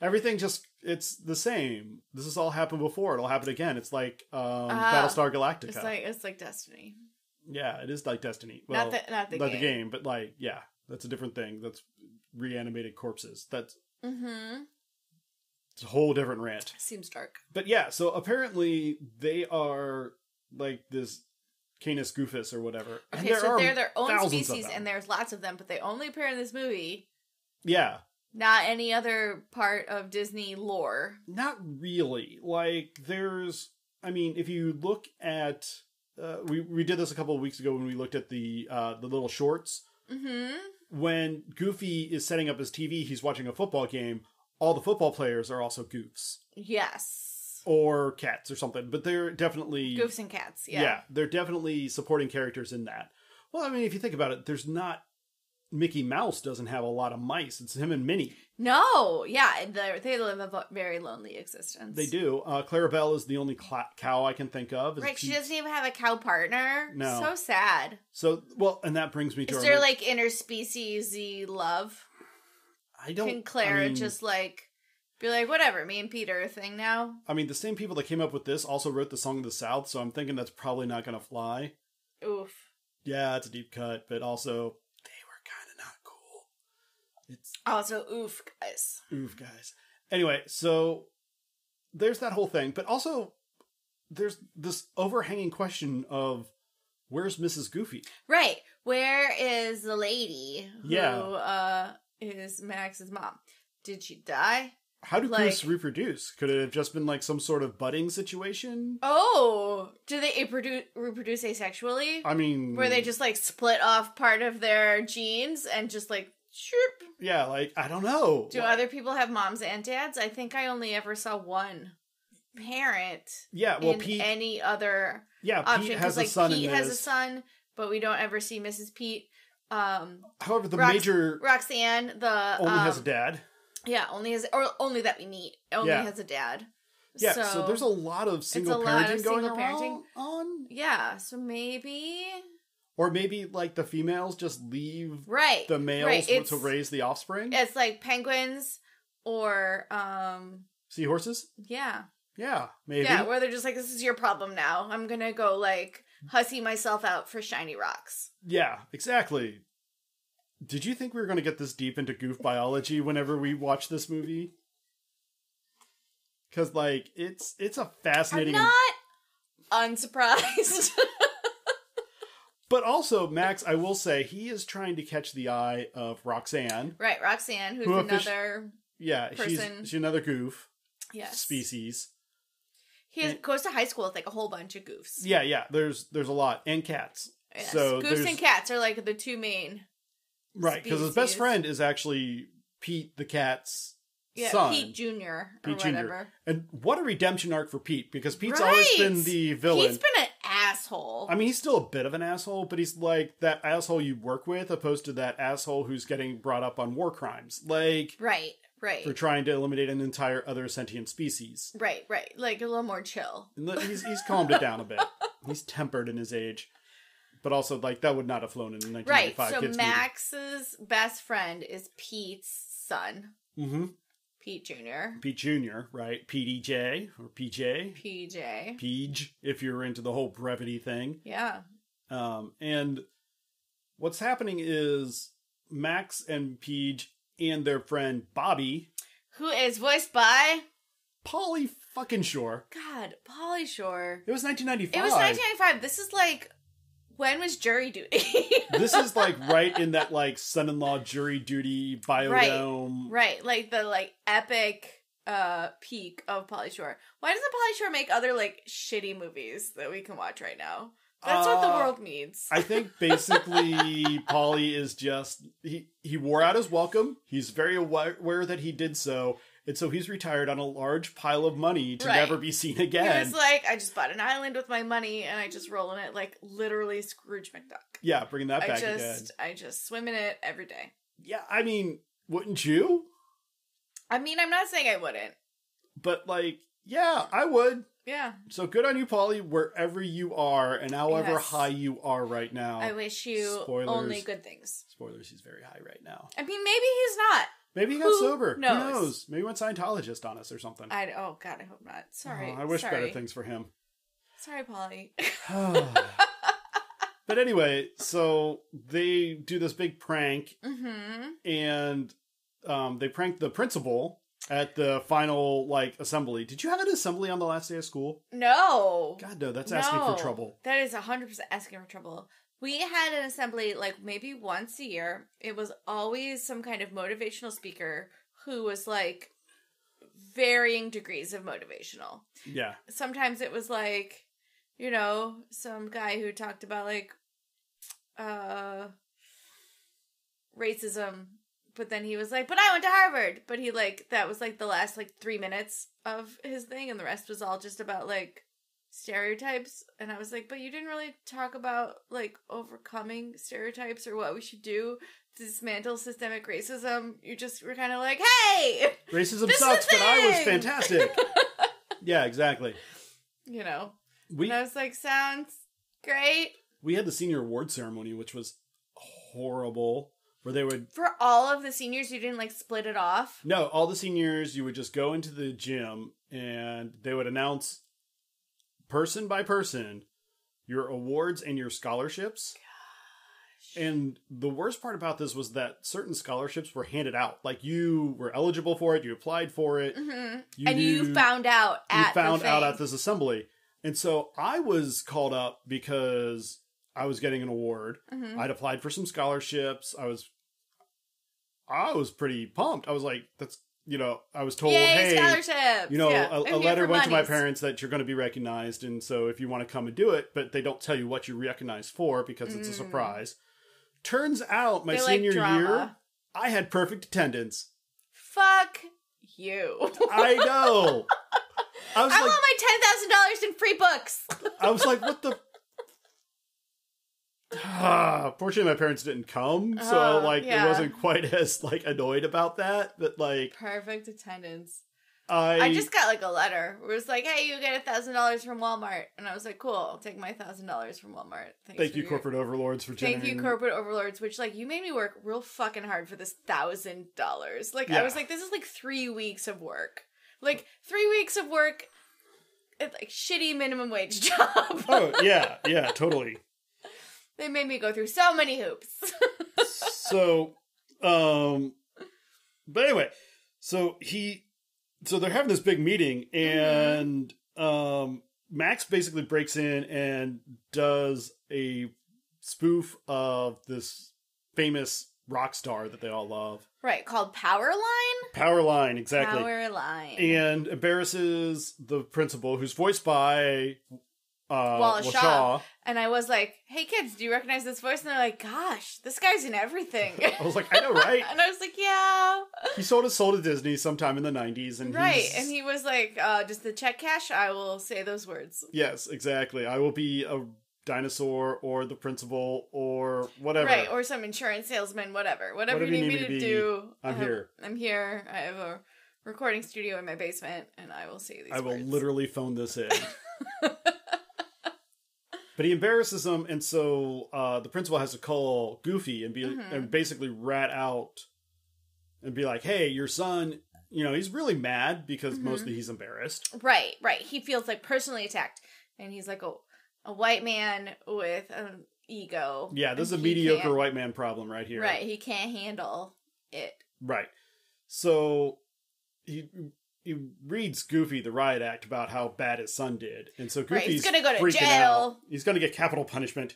[SPEAKER 1] everything just it's the same. This has all happened before; it'll happen again. It's like um,
[SPEAKER 2] Ah.
[SPEAKER 1] Battlestar Galactica.
[SPEAKER 2] it's like it's like Destiny.
[SPEAKER 1] yeah, it is like Destiny. Well,
[SPEAKER 2] not the not the
[SPEAKER 1] not
[SPEAKER 2] game.
[SPEAKER 1] the game, but like yeah, that's a different thing. That's reanimated corpses. That's
[SPEAKER 2] Mm-hmm.
[SPEAKER 1] It's a whole different rant.
[SPEAKER 2] Seems dark.
[SPEAKER 1] But yeah, so apparently they are like this Canis goofus or whatever. And
[SPEAKER 2] Okay,
[SPEAKER 1] there
[SPEAKER 2] so
[SPEAKER 1] are-
[SPEAKER 2] they're their own
[SPEAKER 1] thousands of
[SPEAKER 2] species,
[SPEAKER 1] them.
[SPEAKER 2] and there's lots of them, but they only appear in this movie.
[SPEAKER 1] yeah,
[SPEAKER 2] Not any other part of Disney lore.
[SPEAKER 1] not really. Like there's, I mean, if you look at, uh, we we did this a couple of weeks ago when we looked at the uh, the little shorts.
[SPEAKER 2] Mm-hmm.
[SPEAKER 1] When Goofy is setting up his TV, he's watching a football game. All the football players are also goofs
[SPEAKER 2] Yes.
[SPEAKER 1] or cats or something, but they're definitely
[SPEAKER 2] Goofs and cats.
[SPEAKER 1] yeah.
[SPEAKER 2] Yeah.
[SPEAKER 1] they're definitely supporting characters in that. Well, I mean, if you think about it, there's not Mickey Mouse doesn't have a lot of mice. It's him and Minnie.
[SPEAKER 2] No. Yeah. They they live a vo- very lonely existence.
[SPEAKER 1] They do. Uh, Clarabelle is the only cla cow I can think of.
[SPEAKER 2] Right. She
[SPEAKER 1] She-
[SPEAKER 2] doesn't even have a cow partner.
[SPEAKER 1] No.
[SPEAKER 2] So sad.
[SPEAKER 1] So well, and that brings me to
[SPEAKER 2] Is
[SPEAKER 1] our
[SPEAKER 2] there
[SPEAKER 1] next-
[SPEAKER 2] like interspecies love?
[SPEAKER 1] I don't
[SPEAKER 2] Can Clara
[SPEAKER 1] I mean,
[SPEAKER 2] just like Be like, whatever, me and Peter are a thing now.
[SPEAKER 1] I mean, the same people that came up with this also wrote the song of the South, so I'm thinking that's probably not going to fly.
[SPEAKER 2] Oof.
[SPEAKER 1] Yeah, it's a deep cut, but also they were kind of not cool. It's
[SPEAKER 2] Also, oof, guys.
[SPEAKER 1] oof, guys. Anyway, so there's that whole thing, but also there's this overhanging question of where's Mrs. Goofy?
[SPEAKER 2] Right. Where is the lady who
[SPEAKER 1] Yeah.
[SPEAKER 2] uh, is Max's mom? Did she die?
[SPEAKER 1] How do
[SPEAKER 2] Like-
[SPEAKER 1] goose reproduce? Could it have just been like some sort of budding situation?
[SPEAKER 2] Oh, do they reproduce, reproduce asexually?
[SPEAKER 1] I mean,
[SPEAKER 2] Where they just like split off part of their genes and just like, shoop.
[SPEAKER 1] yeah, like I don't know.
[SPEAKER 2] Do other people have moms and dads? I think I only ever saw one parent
[SPEAKER 1] yeah, well,
[SPEAKER 2] in
[SPEAKER 1] Pete.
[SPEAKER 2] any other
[SPEAKER 1] yeah, Pete
[SPEAKER 2] option
[SPEAKER 1] has
[SPEAKER 2] because
[SPEAKER 1] a
[SPEAKER 2] like
[SPEAKER 1] son
[SPEAKER 2] Pete
[SPEAKER 1] in
[SPEAKER 2] has a
[SPEAKER 1] this.
[SPEAKER 2] son, but we don't ever see Mrs. Pete. Um,
[SPEAKER 1] However, the
[SPEAKER 2] Rox-
[SPEAKER 1] major
[SPEAKER 2] Roxanne, the
[SPEAKER 1] only
[SPEAKER 2] um,
[SPEAKER 1] has a dad.
[SPEAKER 2] Yeah, only has or only that we meet. Only
[SPEAKER 1] Yeah.
[SPEAKER 2] has a dad.
[SPEAKER 1] Yeah, so, there's a lot of single
[SPEAKER 2] lot
[SPEAKER 1] parenting
[SPEAKER 2] of
[SPEAKER 1] going
[SPEAKER 2] single
[SPEAKER 1] around
[SPEAKER 2] parenting.
[SPEAKER 1] on,
[SPEAKER 2] yeah. So maybe
[SPEAKER 1] or maybe like the females just leave
[SPEAKER 2] right
[SPEAKER 1] the males
[SPEAKER 2] right,
[SPEAKER 1] w-
[SPEAKER 2] it's,
[SPEAKER 1] to raise the offspring.
[SPEAKER 2] It's like penguins or um
[SPEAKER 1] Seahorses,
[SPEAKER 2] yeah
[SPEAKER 1] yeah, maybe.
[SPEAKER 2] yeah where they're just like this is your problem now. I'm gonna go like hussy myself out for shiny rocks.
[SPEAKER 1] Yeah, exactly. Did you think we were going to get this deep into goof biology whenever we watched this movie? Cuz like it's it's a
[SPEAKER 2] I'm
[SPEAKER 1] fascinating
[SPEAKER 2] not unsurprised.
[SPEAKER 1] But also Max, I will say he is trying to catch the eye of Roxanne.
[SPEAKER 2] right, Roxanne, who's
[SPEAKER 1] Who offici-
[SPEAKER 2] another
[SPEAKER 1] Yeah,
[SPEAKER 2] Person.
[SPEAKER 1] she's she's another goof
[SPEAKER 2] yes
[SPEAKER 1] species.
[SPEAKER 2] He has, goes to high school with like a whole bunch of goofs.
[SPEAKER 1] Yeah, yeah, there's there's a lot and cats.
[SPEAKER 2] Yes.
[SPEAKER 1] So
[SPEAKER 2] goofs
[SPEAKER 1] there's-
[SPEAKER 2] and cats are like the two main.
[SPEAKER 1] Right, because his best
[SPEAKER 2] Species.
[SPEAKER 1] friend is actually Pete the cat's
[SPEAKER 2] Yeah,
[SPEAKER 1] son.
[SPEAKER 2] Pete Junior or
[SPEAKER 1] Pete Jr.
[SPEAKER 2] whatever.
[SPEAKER 1] And what a redemption arc for Pete because Pete's always
[SPEAKER 2] Right!
[SPEAKER 1] been the villain.
[SPEAKER 2] He's been an asshole.
[SPEAKER 1] I mean, he's still a bit of an asshole, but he's like that asshole you work with, opposed to that asshole who's getting brought up on war crimes, like
[SPEAKER 2] right, right,
[SPEAKER 1] for trying to eliminate an entire other sentient species.
[SPEAKER 2] right, right. Like a little more chill.
[SPEAKER 1] And look, he's he's calmed it down a bit. He's tempered in his age, but also like that would not have flown in a
[SPEAKER 2] Right.
[SPEAKER 1] 1995
[SPEAKER 2] So
[SPEAKER 1] kids
[SPEAKER 2] Max's best friend is Pete's son,
[SPEAKER 1] movie. hmm
[SPEAKER 2] Pete Junior.
[SPEAKER 1] Pete Junior, right? PDJ or PJ,
[SPEAKER 2] PJ.
[SPEAKER 1] Peej, if you're into the whole brevity thing.
[SPEAKER 2] Yeah.
[SPEAKER 1] Um, and what's happening is Max and Peej and their friend Bobby
[SPEAKER 2] Who is voiced by
[SPEAKER 1] Polly fucking Shore.
[SPEAKER 2] God Polly Shore.
[SPEAKER 1] It was 1995.
[SPEAKER 2] It was 1995. This is like when was jury duty?
[SPEAKER 1] this is like right in that like son-in-law jury duty biodome.
[SPEAKER 2] Right, like the like epic uh peak of Polly Shore. Why doesn't Polly Shore make other like shitty movies that we can watch right now? That's what the
[SPEAKER 1] Uh,
[SPEAKER 2] world needs.
[SPEAKER 1] I think basically Polly is just he he wore out his welcome. He's very aware aware that he did so, and so he's retired on a large pile of money to
[SPEAKER 2] Right.
[SPEAKER 1] never be seen
[SPEAKER 2] he
[SPEAKER 1] again.
[SPEAKER 2] was like, I just bought an island with my money and I just roll in it like literally Scrooge McDuck.
[SPEAKER 1] yeah, bringing that
[SPEAKER 2] I
[SPEAKER 1] back
[SPEAKER 2] just
[SPEAKER 1] again.
[SPEAKER 2] I just swim in it every day.
[SPEAKER 1] Yeah, I mean, wouldn't you?
[SPEAKER 2] I mean, I'm not saying I wouldn't.
[SPEAKER 1] But like, yeah, I would.
[SPEAKER 2] Yeah.
[SPEAKER 1] So good on you, Polly, wherever you are and however
[SPEAKER 2] Yes.
[SPEAKER 1] high you are right now.
[SPEAKER 2] I wish you
[SPEAKER 1] spoilers.
[SPEAKER 2] only good things.
[SPEAKER 1] Spoilers, he's very high right now.
[SPEAKER 2] I mean, maybe he's not.
[SPEAKER 1] Maybe he got
[SPEAKER 2] Who
[SPEAKER 1] sober. Who
[SPEAKER 2] knows?
[SPEAKER 1] knows? Maybe he went Scientologist on us or something.
[SPEAKER 2] I oh god, I hope not. Sorry.
[SPEAKER 1] Oh, I wish
[SPEAKER 2] Sorry.
[SPEAKER 1] better things for him.
[SPEAKER 2] Sorry, Polly.
[SPEAKER 1] but anyway, so they do this big prank
[SPEAKER 2] mm-hmm.
[SPEAKER 1] and um, they prank the principal at the final like assembly. Did you have an assembly on the last day of school?
[SPEAKER 2] No.
[SPEAKER 1] God no, that's asking
[SPEAKER 2] No.
[SPEAKER 1] for trouble.
[SPEAKER 2] That is 100% asking for trouble. We had an assembly like maybe once a year. It was always some kind of motivational speaker who was like varying degrees of motivational.
[SPEAKER 1] Yeah.
[SPEAKER 2] Sometimes it was like, you know, some guy who talked about like uh racism, but then he was like, "But I went to Harvard." But he like that was like the last like 3 minutes of his thing and the rest was all just about like stereotypes and i was like but you didn't really talk about like overcoming stereotypes or what we should do to dismantle systemic racism you just were kind of like hey
[SPEAKER 1] Racism
[SPEAKER 2] This is
[SPEAKER 1] sucks,
[SPEAKER 2] the
[SPEAKER 1] but I was
[SPEAKER 2] thing!
[SPEAKER 1] fantastic. yeah, exactly.
[SPEAKER 2] you know
[SPEAKER 1] We
[SPEAKER 2] and i was like sounds great
[SPEAKER 1] we had the senior award ceremony, which was horrible. where they would
[SPEAKER 2] For all of the seniors, you didn't like split it off.
[SPEAKER 1] no all the seniors you would just go into the gym and they would announce person by person your awards and your scholarships and the worst part about this was that certain scholarships were handed out like you were eligible for it you applied for it
[SPEAKER 2] hmm
[SPEAKER 1] you
[SPEAKER 2] and you
[SPEAKER 1] knew-
[SPEAKER 2] found out
[SPEAKER 1] you
[SPEAKER 2] at
[SPEAKER 1] found
[SPEAKER 2] the
[SPEAKER 1] out
[SPEAKER 2] thing.
[SPEAKER 1] at this assembly. And so I was called up because I was getting an award.
[SPEAKER 2] Mhm.
[SPEAKER 1] I'd applied for some scholarships. I was I was pretty pumped. I was like, that's you know, I was told,
[SPEAKER 2] Yay,
[SPEAKER 1] hey,
[SPEAKER 2] scholarships.
[SPEAKER 1] you know,
[SPEAKER 2] Yeah. I'm
[SPEAKER 1] a, a
[SPEAKER 2] here
[SPEAKER 1] letter
[SPEAKER 2] for
[SPEAKER 1] went to my
[SPEAKER 2] monies.
[SPEAKER 1] parents that you're going to be recognized, and so if you want to come and do it, but they don't tell you what you're recognized for because it's a
[SPEAKER 2] Mm.
[SPEAKER 1] surprise. Turns out, my
[SPEAKER 2] They like
[SPEAKER 1] senior year,
[SPEAKER 2] drama.
[SPEAKER 1] I had perfect attendance.
[SPEAKER 2] Fuck you.
[SPEAKER 1] I know. I was
[SPEAKER 2] I
[SPEAKER 1] like,
[SPEAKER 2] want my ten thousand dollars in free books.
[SPEAKER 1] I was like, what the? Ah, fortunately, my parents didn't come, so
[SPEAKER 2] Oh,
[SPEAKER 1] like
[SPEAKER 2] yeah.
[SPEAKER 1] it wasn't quite as like annoyed about that. But like,
[SPEAKER 2] Perfect attendance.
[SPEAKER 1] I,
[SPEAKER 2] I just got like a letter. Where it was like, "Hey, you get a thousand dollars from Walmart," and I was like, "Cool, I'll take my thousand dollars from Walmart." Thanks
[SPEAKER 1] thank
[SPEAKER 2] for
[SPEAKER 1] you,
[SPEAKER 2] your-
[SPEAKER 1] corporate overlords, for
[SPEAKER 2] Thank you,
[SPEAKER 1] generating-
[SPEAKER 2] corporate overlords. Which like you made me work real fucking hard for this thousand dollars. Like I
[SPEAKER 1] Yeah.
[SPEAKER 2] was like, this is like three weeks of work. Like three weeks of work. At, like shitty minimum wage job.
[SPEAKER 1] Oh yeah, yeah, totally.
[SPEAKER 2] they made me go through so many hoops.
[SPEAKER 1] so, um, but anyway, so he, so they're having this big meeting, and um, Max basically breaks in and does a spoof of this famous rock star that they all love.
[SPEAKER 2] right, called Power Line.
[SPEAKER 1] Power line, exactly.
[SPEAKER 2] Power Line.
[SPEAKER 1] And embarrasses the principal, who's voiced by uh,
[SPEAKER 2] Wallace
[SPEAKER 1] Wallace
[SPEAKER 2] Shaw.
[SPEAKER 1] Shaw.
[SPEAKER 2] And I was like, hey kids, do you recognize this voice? And they're like, gosh, this guy's in everything.
[SPEAKER 1] I was like, I know, right?
[SPEAKER 2] and I was like, yeah.
[SPEAKER 1] he sold his soul to Disney sometime in the '90s, and
[SPEAKER 2] Right.
[SPEAKER 1] he's-
[SPEAKER 2] And he was like, uh, does the check cash? I will say those words.
[SPEAKER 1] yes, exactly. I will be a dinosaur, or the principal, or whatever.
[SPEAKER 2] Right. Or some insurance salesman, whatever. Whatever, you need, me to
[SPEAKER 1] be,
[SPEAKER 2] do.
[SPEAKER 1] I'm
[SPEAKER 2] I have-
[SPEAKER 1] here.
[SPEAKER 2] I'm here. I have a recording studio in my basement and I will say these
[SPEAKER 1] I will
[SPEAKER 2] words.
[SPEAKER 1] literally phone this in. But he embarrasses them, and so uh, the principal has to call Goofy and be
[SPEAKER 2] Mhm.
[SPEAKER 1] and basically rat out and be like, "Hey, your son, you know, he's really mad because
[SPEAKER 2] Mhm.
[SPEAKER 1] mostly he's embarrassed."
[SPEAKER 2] Right, right. He feels like personally attacked, and he's like a a white man with an ego.
[SPEAKER 1] Yeah, this is a
[SPEAKER 2] and he
[SPEAKER 1] mediocre
[SPEAKER 2] can't-
[SPEAKER 1] white man problem right here.
[SPEAKER 2] Right, he can't handle it.
[SPEAKER 1] Right. So he he reads Goofy the riot act about how bad his son did, and so
[SPEAKER 2] Right, he's
[SPEAKER 1] Goofy's
[SPEAKER 2] gonna go to
[SPEAKER 1] freaking
[SPEAKER 2] jail.
[SPEAKER 1] out. He's going to get capital punishment,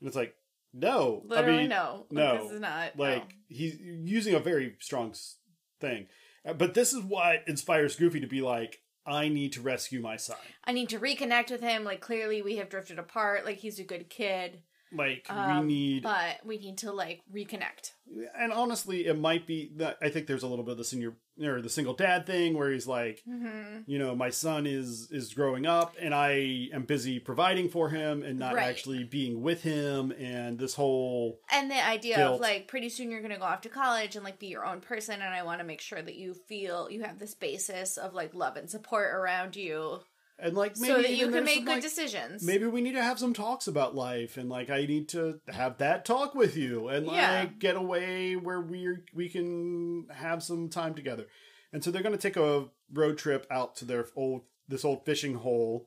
[SPEAKER 1] and it's like, no,
[SPEAKER 2] Literally,
[SPEAKER 1] I mean,
[SPEAKER 2] no,
[SPEAKER 1] no,
[SPEAKER 2] this is not no.
[SPEAKER 1] Like he's using a very strong s- thing, Uh, but this is what inspires Goofy to be like, "I need to rescue my son."
[SPEAKER 2] I need to reconnect with him. Like clearly, we have drifted apart. Like he's a good kid,
[SPEAKER 1] Like
[SPEAKER 2] Um,
[SPEAKER 1] we need,
[SPEAKER 2] but we need to like reconnect.
[SPEAKER 1] and honestly, it might be that I think there's a little bit of the senior or the single dad thing where he's like,
[SPEAKER 2] hmm
[SPEAKER 1] you know, my son is is growing up, and I am busy providing for him and not
[SPEAKER 2] Right.
[SPEAKER 1] actually being with him, and this whole
[SPEAKER 2] And the idea of
[SPEAKER 1] Guilt.
[SPEAKER 2] like pretty soon you're gonna go off to college and like be your own person, and I want to make sure that you feel you have this basis of like love and support around you,
[SPEAKER 1] and like maybe
[SPEAKER 2] so that you can
[SPEAKER 1] even there's
[SPEAKER 2] make
[SPEAKER 1] some,
[SPEAKER 2] good
[SPEAKER 1] like,
[SPEAKER 2] decisions.
[SPEAKER 1] maybe we need to have some talks about life and like i need to have that talk with you and like
[SPEAKER 2] Yeah.
[SPEAKER 1] get away where we're we can have some time together and so they're going to take a road trip out to their old this old fishing hole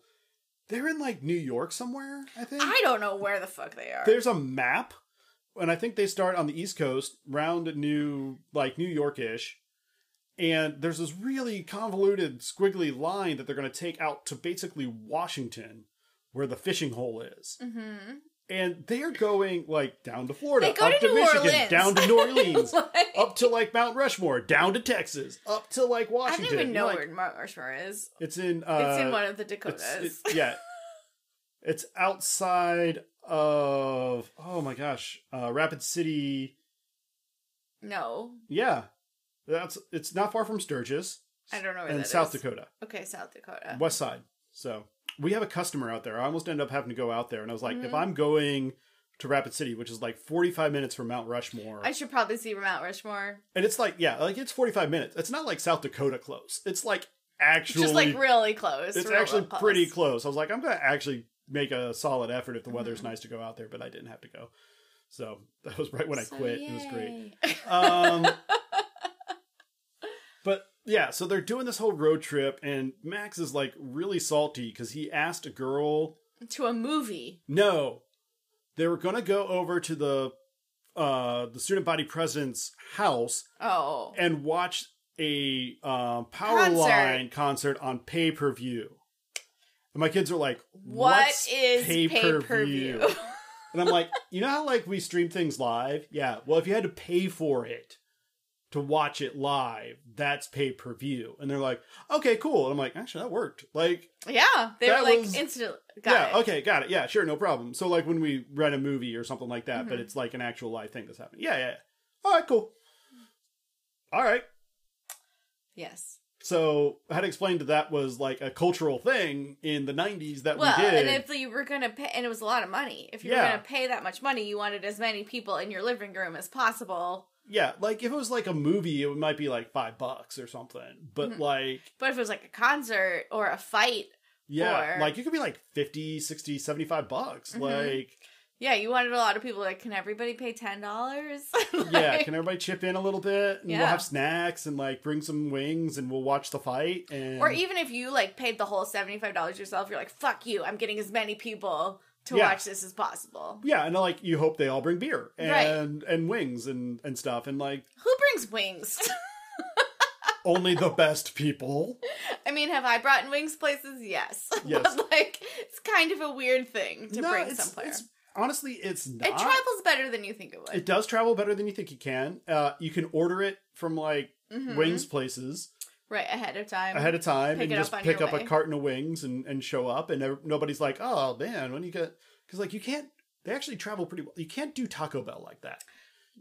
[SPEAKER 1] they're in like new york somewhere i think
[SPEAKER 2] I don't know where the fuck they are.
[SPEAKER 1] there's a map and i think they start on the east coast round new like new yorkish and there's this really convoluted squiggly line that they're going to take out to basically washington where the fishing hole is
[SPEAKER 2] hmm
[SPEAKER 1] and they're going like down to florida
[SPEAKER 2] They go
[SPEAKER 1] up
[SPEAKER 2] to
[SPEAKER 1] to,
[SPEAKER 2] New
[SPEAKER 1] michigan
[SPEAKER 2] Orleans.
[SPEAKER 1] down to new orleans
[SPEAKER 2] Like,
[SPEAKER 1] up to like mount rushmore down to texas up to like
[SPEAKER 2] I
[SPEAKER 1] washington
[SPEAKER 2] don't even know
[SPEAKER 1] Like,
[SPEAKER 2] where Mount Rushmore is.
[SPEAKER 1] it's in uh
[SPEAKER 2] it's in one of the
[SPEAKER 1] it's-
[SPEAKER 2] Dakotas.
[SPEAKER 1] it- yeah. It's outside of oh my gosh, uh Rapid City.
[SPEAKER 2] no,
[SPEAKER 1] Yeah. That's it's not far from Sturgis
[SPEAKER 2] I don't know where
[SPEAKER 1] and
[SPEAKER 2] Oh, that
[SPEAKER 1] South
[SPEAKER 2] is.
[SPEAKER 1] Dakota.
[SPEAKER 2] Okay, South Dakota.
[SPEAKER 1] West side. So, we have a customer out there. I almost ended up having to go out there and I was like, if
[SPEAKER 2] Mhm.
[SPEAKER 1] I'm going to Rapid City, which is like 45 minutes from Mount Rushmore.
[SPEAKER 2] I should probably see Mount Rushmore.
[SPEAKER 1] and it's like, yeah, like it's 45 minutes. It's not like South Dakota close. It's like actually
[SPEAKER 2] Just like really close.
[SPEAKER 1] it's
[SPEAKER 2] real, real
[SPEAKER 1] actually
[SPEAKER 2] close.
[SPEAKER 1] pretty
[SPEAKER 2] Mm-hmm.
[SPEAKER 1] close. I was like, I'm gonna actually make a solid effort if the weather's nice to go out there, but I didn't have to go. So that was right when I
[SPEAKER 2] So,
[SPEAKER 1] quit. It was great.
[SPEAKER 2] yay.
[SPEAKER 1] Um, but yeah, so they're doing this whole road trip, and Max is like really salty because he asked a girl.
[SPEAKER 2] to a movie.
[SPEAKER 1] No, they were gonna go over to the uh the student body president's house
[SPEAKER 2] Oh.
[SPEAKER 1] and watch a um, power
[SPEAKER 2] Concert.
[SPEAKER 1] line concert on pay per view. And my kids are like,
[SPEAKER 2] What
[SPEAKER 1] "What's
[SPEAKER 2] is
[SPEAKER 1] pay-per-view?"
[SPEAKER 2] pay-per-view?
[SPEAKER 1] And I'm like, you know how like we stream things live? Yeah. Well, if you had to pay for it to watch it live, that's pay per view. And they're like, okay, cool. And I'm like, actually, that worked. Like,
[SPEAKER 2] yeah, they
[SPEAKER 1] That
[SPEAKER 2] were like
[SPEAKER 1] was-
[SPEAKER 2] instantly. Got
[SPEAKER 1] yeah,
[SPEAKER 2] it.
[SPEAKER 1] okay, got it. Yeah, sure, no problem. So like when we rent a movie or something like that,
[SPEAKER 2] Mm-hmm.
[SPEAKER 1] but it's like an actual live thing that's happening. Yeah, yeah. yeah. All right, cool. All right.
[SPEAKER 2] Yes.
[SPEAKER 1] So I had explained that that was like a cultural thing in the '90s that
[SPEAKER 2] Well,
[SPEAKER 1] we did.
[SPEAKER 2] and if you were gonna pay, and it was a lot of money. If you were
[SPEAKER 1] Yeah.
[SPEAKER 2] gonna pay that much money, you wanted as many people in your living room as possible.
[SPEAKER 1] yeah, like if it was like a movie, it might be like five bucks or something. But
[SPEAKER 2] Mhm.
[SPEAKER 1] like
[SPEAKER 2] But if it was like a concert or a fight,
[SPEAKER 1] Yeah,
[SPEAKER 2] Or-
[SPEAKER 1] like you could be like 50, 60, 75 bucks.
[SPEAKER 2] Mhm.
[SPEAKER 1] Like,
[SPEAKER 2] yeah, you wanted a lot of people. Like, can everybody pay ten dollars?
[SPEAKER 1] yeah, can everybody chip in a little bit and we'll
[SPEAKER 2] Yeah.
[SPEAKER 1] have snacks and like bring some wings and we'll watch the fight and
[SPEAKER 2] Or e-, even if you like paid the whole seventy five dollars yourself, you're like, fuck you, I'm getting as many people to
[SPEAKER 1] Yeah.
[SPEAKER 2] watch this as possible.
[SPEAKER 1] yeah, and like you hope they all bring beer
[SPEAKER 2] Right.
[SPEAKER 1] and and wings and and stuff and like
[SPEAKER 2] Who brings wings?
[SPEAKER 1] only the best people.
[SPEAKER 2] I mean, have I brought in wings places? Yes.
[SPEAKER 1] Yes.
[SPEAKER 2] but like it's kind of a weird thing to
[SPEAKER 1] No,
[SPEAKER 2] bring
[SPEAKER 1] it's-
[SPEAKER 2] somewhere.
[SPEAKER 1] it's- honestly, it's not.
[SPEAKER 2] it travels better than you think it would.
[SPEAKER 1] It does travel better than you think it can. Uh, you can order it from like
[SPEAKER 2] Mhm.
[SPEAKER 1] wings places.
[SPEAKER 2] right ahead of time.
[SPEAKER 1] ahead of time
[SPEAKER 2] Pick
[SPEAKER 1] and
[SPEAKER 2] it
[SPEAKER 1] just
[SPEAKER 2] up on
[SPEAKER 1] pick
[SPEAKER 2] your
[SPEAKER 1] up a
[SPEAKER 2] way.
[SPEAKER 1] carton of wings and, and show up and ev- nobody's like oh man when you get because like you can't they actually travel pretty well you can't do taco bell like that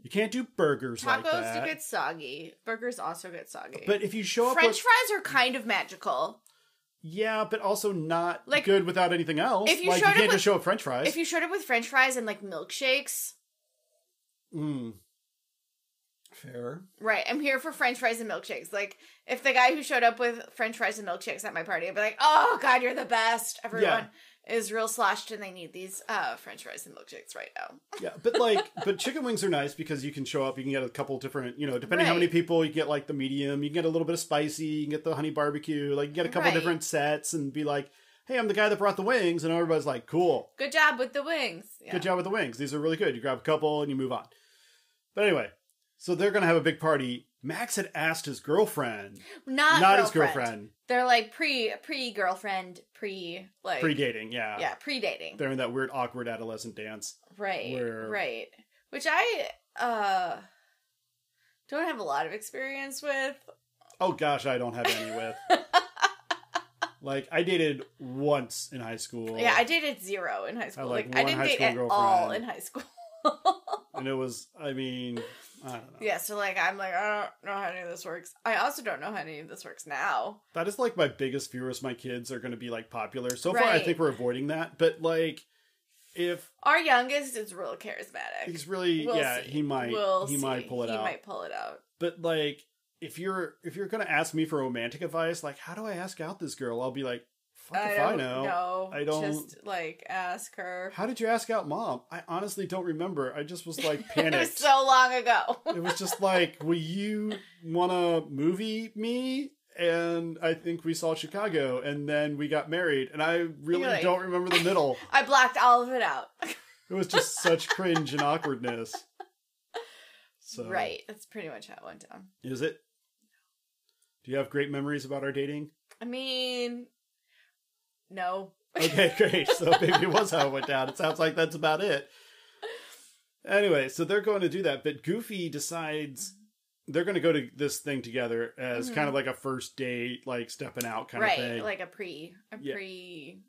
[SPEAKER 1] you can't do burgers like
[SPEAKER 2] Tacos
[SPEAKER 1] that
[SPEAKER 2] do get soggy. Burgers also get soggy.
[SPEAKER 1] but if you show up
[SPEAKER 2] French
[SPEAKER 1] with,
[SPEAKER 2] fries are kind of magical.
[SPEAKER 1] yeah but also not
[SPEAKER 2] Like,
[SPEAKER 1] good without anything else
[SPEAKER 2] if you
[SPEAKER 1] like you
[SPEAKER 2] showed
[SPEAKER 1] can't
[SPEAKER 2] up
[SPEAKER 1] just
[SPEAKER 2] with-
[SPEAKER 1] show up french fries
[SPEAKER 2] If you showed up with French fries and like milkshakes,
[SPEAKER 1] mm. fair
[SPEAKER 2] right? I'm here for French fries and milkshakes. Like if the guy who showed up with French fries and milkshakes at my party, I'd be like, "Oh God, you're the best! Everyone is real sloshed and they need these uh, French fries and milkshakes right now."
[SPEAKER 1] yeah but like but chicken wings are nice because you can show up you can get a couple different you know depending how
[SPEAKER 2] Right.
[SPEAKER 1] many people you get like the medium you can get a little bit of spicy you can get the honey barbecue like you get a couple
[SPEAKER 2] Right.
[SPEAKER 1] different sets and be like hey i'm the guy that brought the wings and everybody's like cool
[SPEAKER 2] Good job with the wings. Yeah.
[SPEAKER 1] good job with the wings these are really good you grab a couple and you move on but anyway so they're gonna have a big party max had asked his girlfriend
[SPEAKER 2] Not,
[SPEAKER 1] not
[SPEAKER 2] girlfriend.
[SPEAKER 1] his girlfriend
[SPEAKER 2] They're like pre pre girlfriend pre like
[SPEAKER 1] pre-dating yeah
[SPEAKER 2] yeah pre dating
[SPEAKER 1] they're in that weird awkward adolescent dance
[SPEAKER 2] right
[SPEAKER 1] where-
[SPEAKER 2] right which I uh don't have a lot of experience with.
[SPEAKER 1] oh gosh i don't have any with like i dated once in high school
[SPEAKER 2] Yeah, I dated zero in high school.
[SPEAKER 1] like,
[SPEAKER 2] like, I
[SPEAKER 1] one
[SPEAKER 2] didn't
[SPEAKER 1] high
[SPEAKER 2] date
[SPEAKER 1] school
[SPEAKER 2] at all
[SPEAKER 1] girlfriend.
[SPEAKER 2] in high school.
[SPEAKER 1] and it was i mean i don't know
[SPEAKER 2] yeah, so like I'm like I don't know how any of this works. I also don't know how any of this works now.
[SPEAKER 1] that is like my biggest fear is my kids are going to be like popular so far i
[SPEAKER 2] Right.
[SPEAKER 1] think we're avoiding that but like if
[SPEAKER 2] Our youngest is real charismatic.
[SPEAKER 1] he's really
[SPEAKER 2] We'll
[SPEAKER 1] yeah
[SPEAKER 2] see.
[SPEAKER 1] he might
[SPEAKER 2] We'll
[SPEAKER 1] he might
[SPEAKER 2] see.
[SPEAKER 1] pull it
[SPEAKER 2] He
[SPEAKER 1] out
[SPEAKER 2] might pull it out.
[SPEAKER 1] but like if you're if you're going to ask me for romantic advice like how do i ask out this girl i'll be like fuck if i know I don't-
[SPEAKER 2] Just like ask her.
[SPEAKER 1] how did you ask out mom i honestly don't remember i just was like
[SPEAKER 2] It was
[SPEAKER 1] panicked
[SPEAKER 2] so long ago.
[SPEAKER 1] it was just like, will you want to movie me? And I think we saw Chicago, and then we got married, and I really
[SPEAKER 2] You're like-
[SPEAKER 1] don't remember the middle.
[SPEAKER 2] I blocked all of it out.
[SPEAKER 1] It was just such cringe and awkwardness. So,
[SPEAKER 2] Right. That's pretty much how it went down.
[SPEAKER 1] Is it? Do you have great memories about our dating?
[SPEAKER 2] I mean, no.
[SPEAKER 1] Okay, great. So maybe it was how it went down. It sounds like that's about it. Anyway, so they're going to do that, but Goofy decides they're going to go to this thing together as
[SPEAKER 2] Mhm.
[SPEAKER 1] kind of like a first date, like stepping out kind of
[SPEAKER 2] Right.
[SPEAKER 1] thing.
[SPEAKER 2] Like a pre. A
[SPEAKER 1] Yeah.
[SPEAKER 2] pre.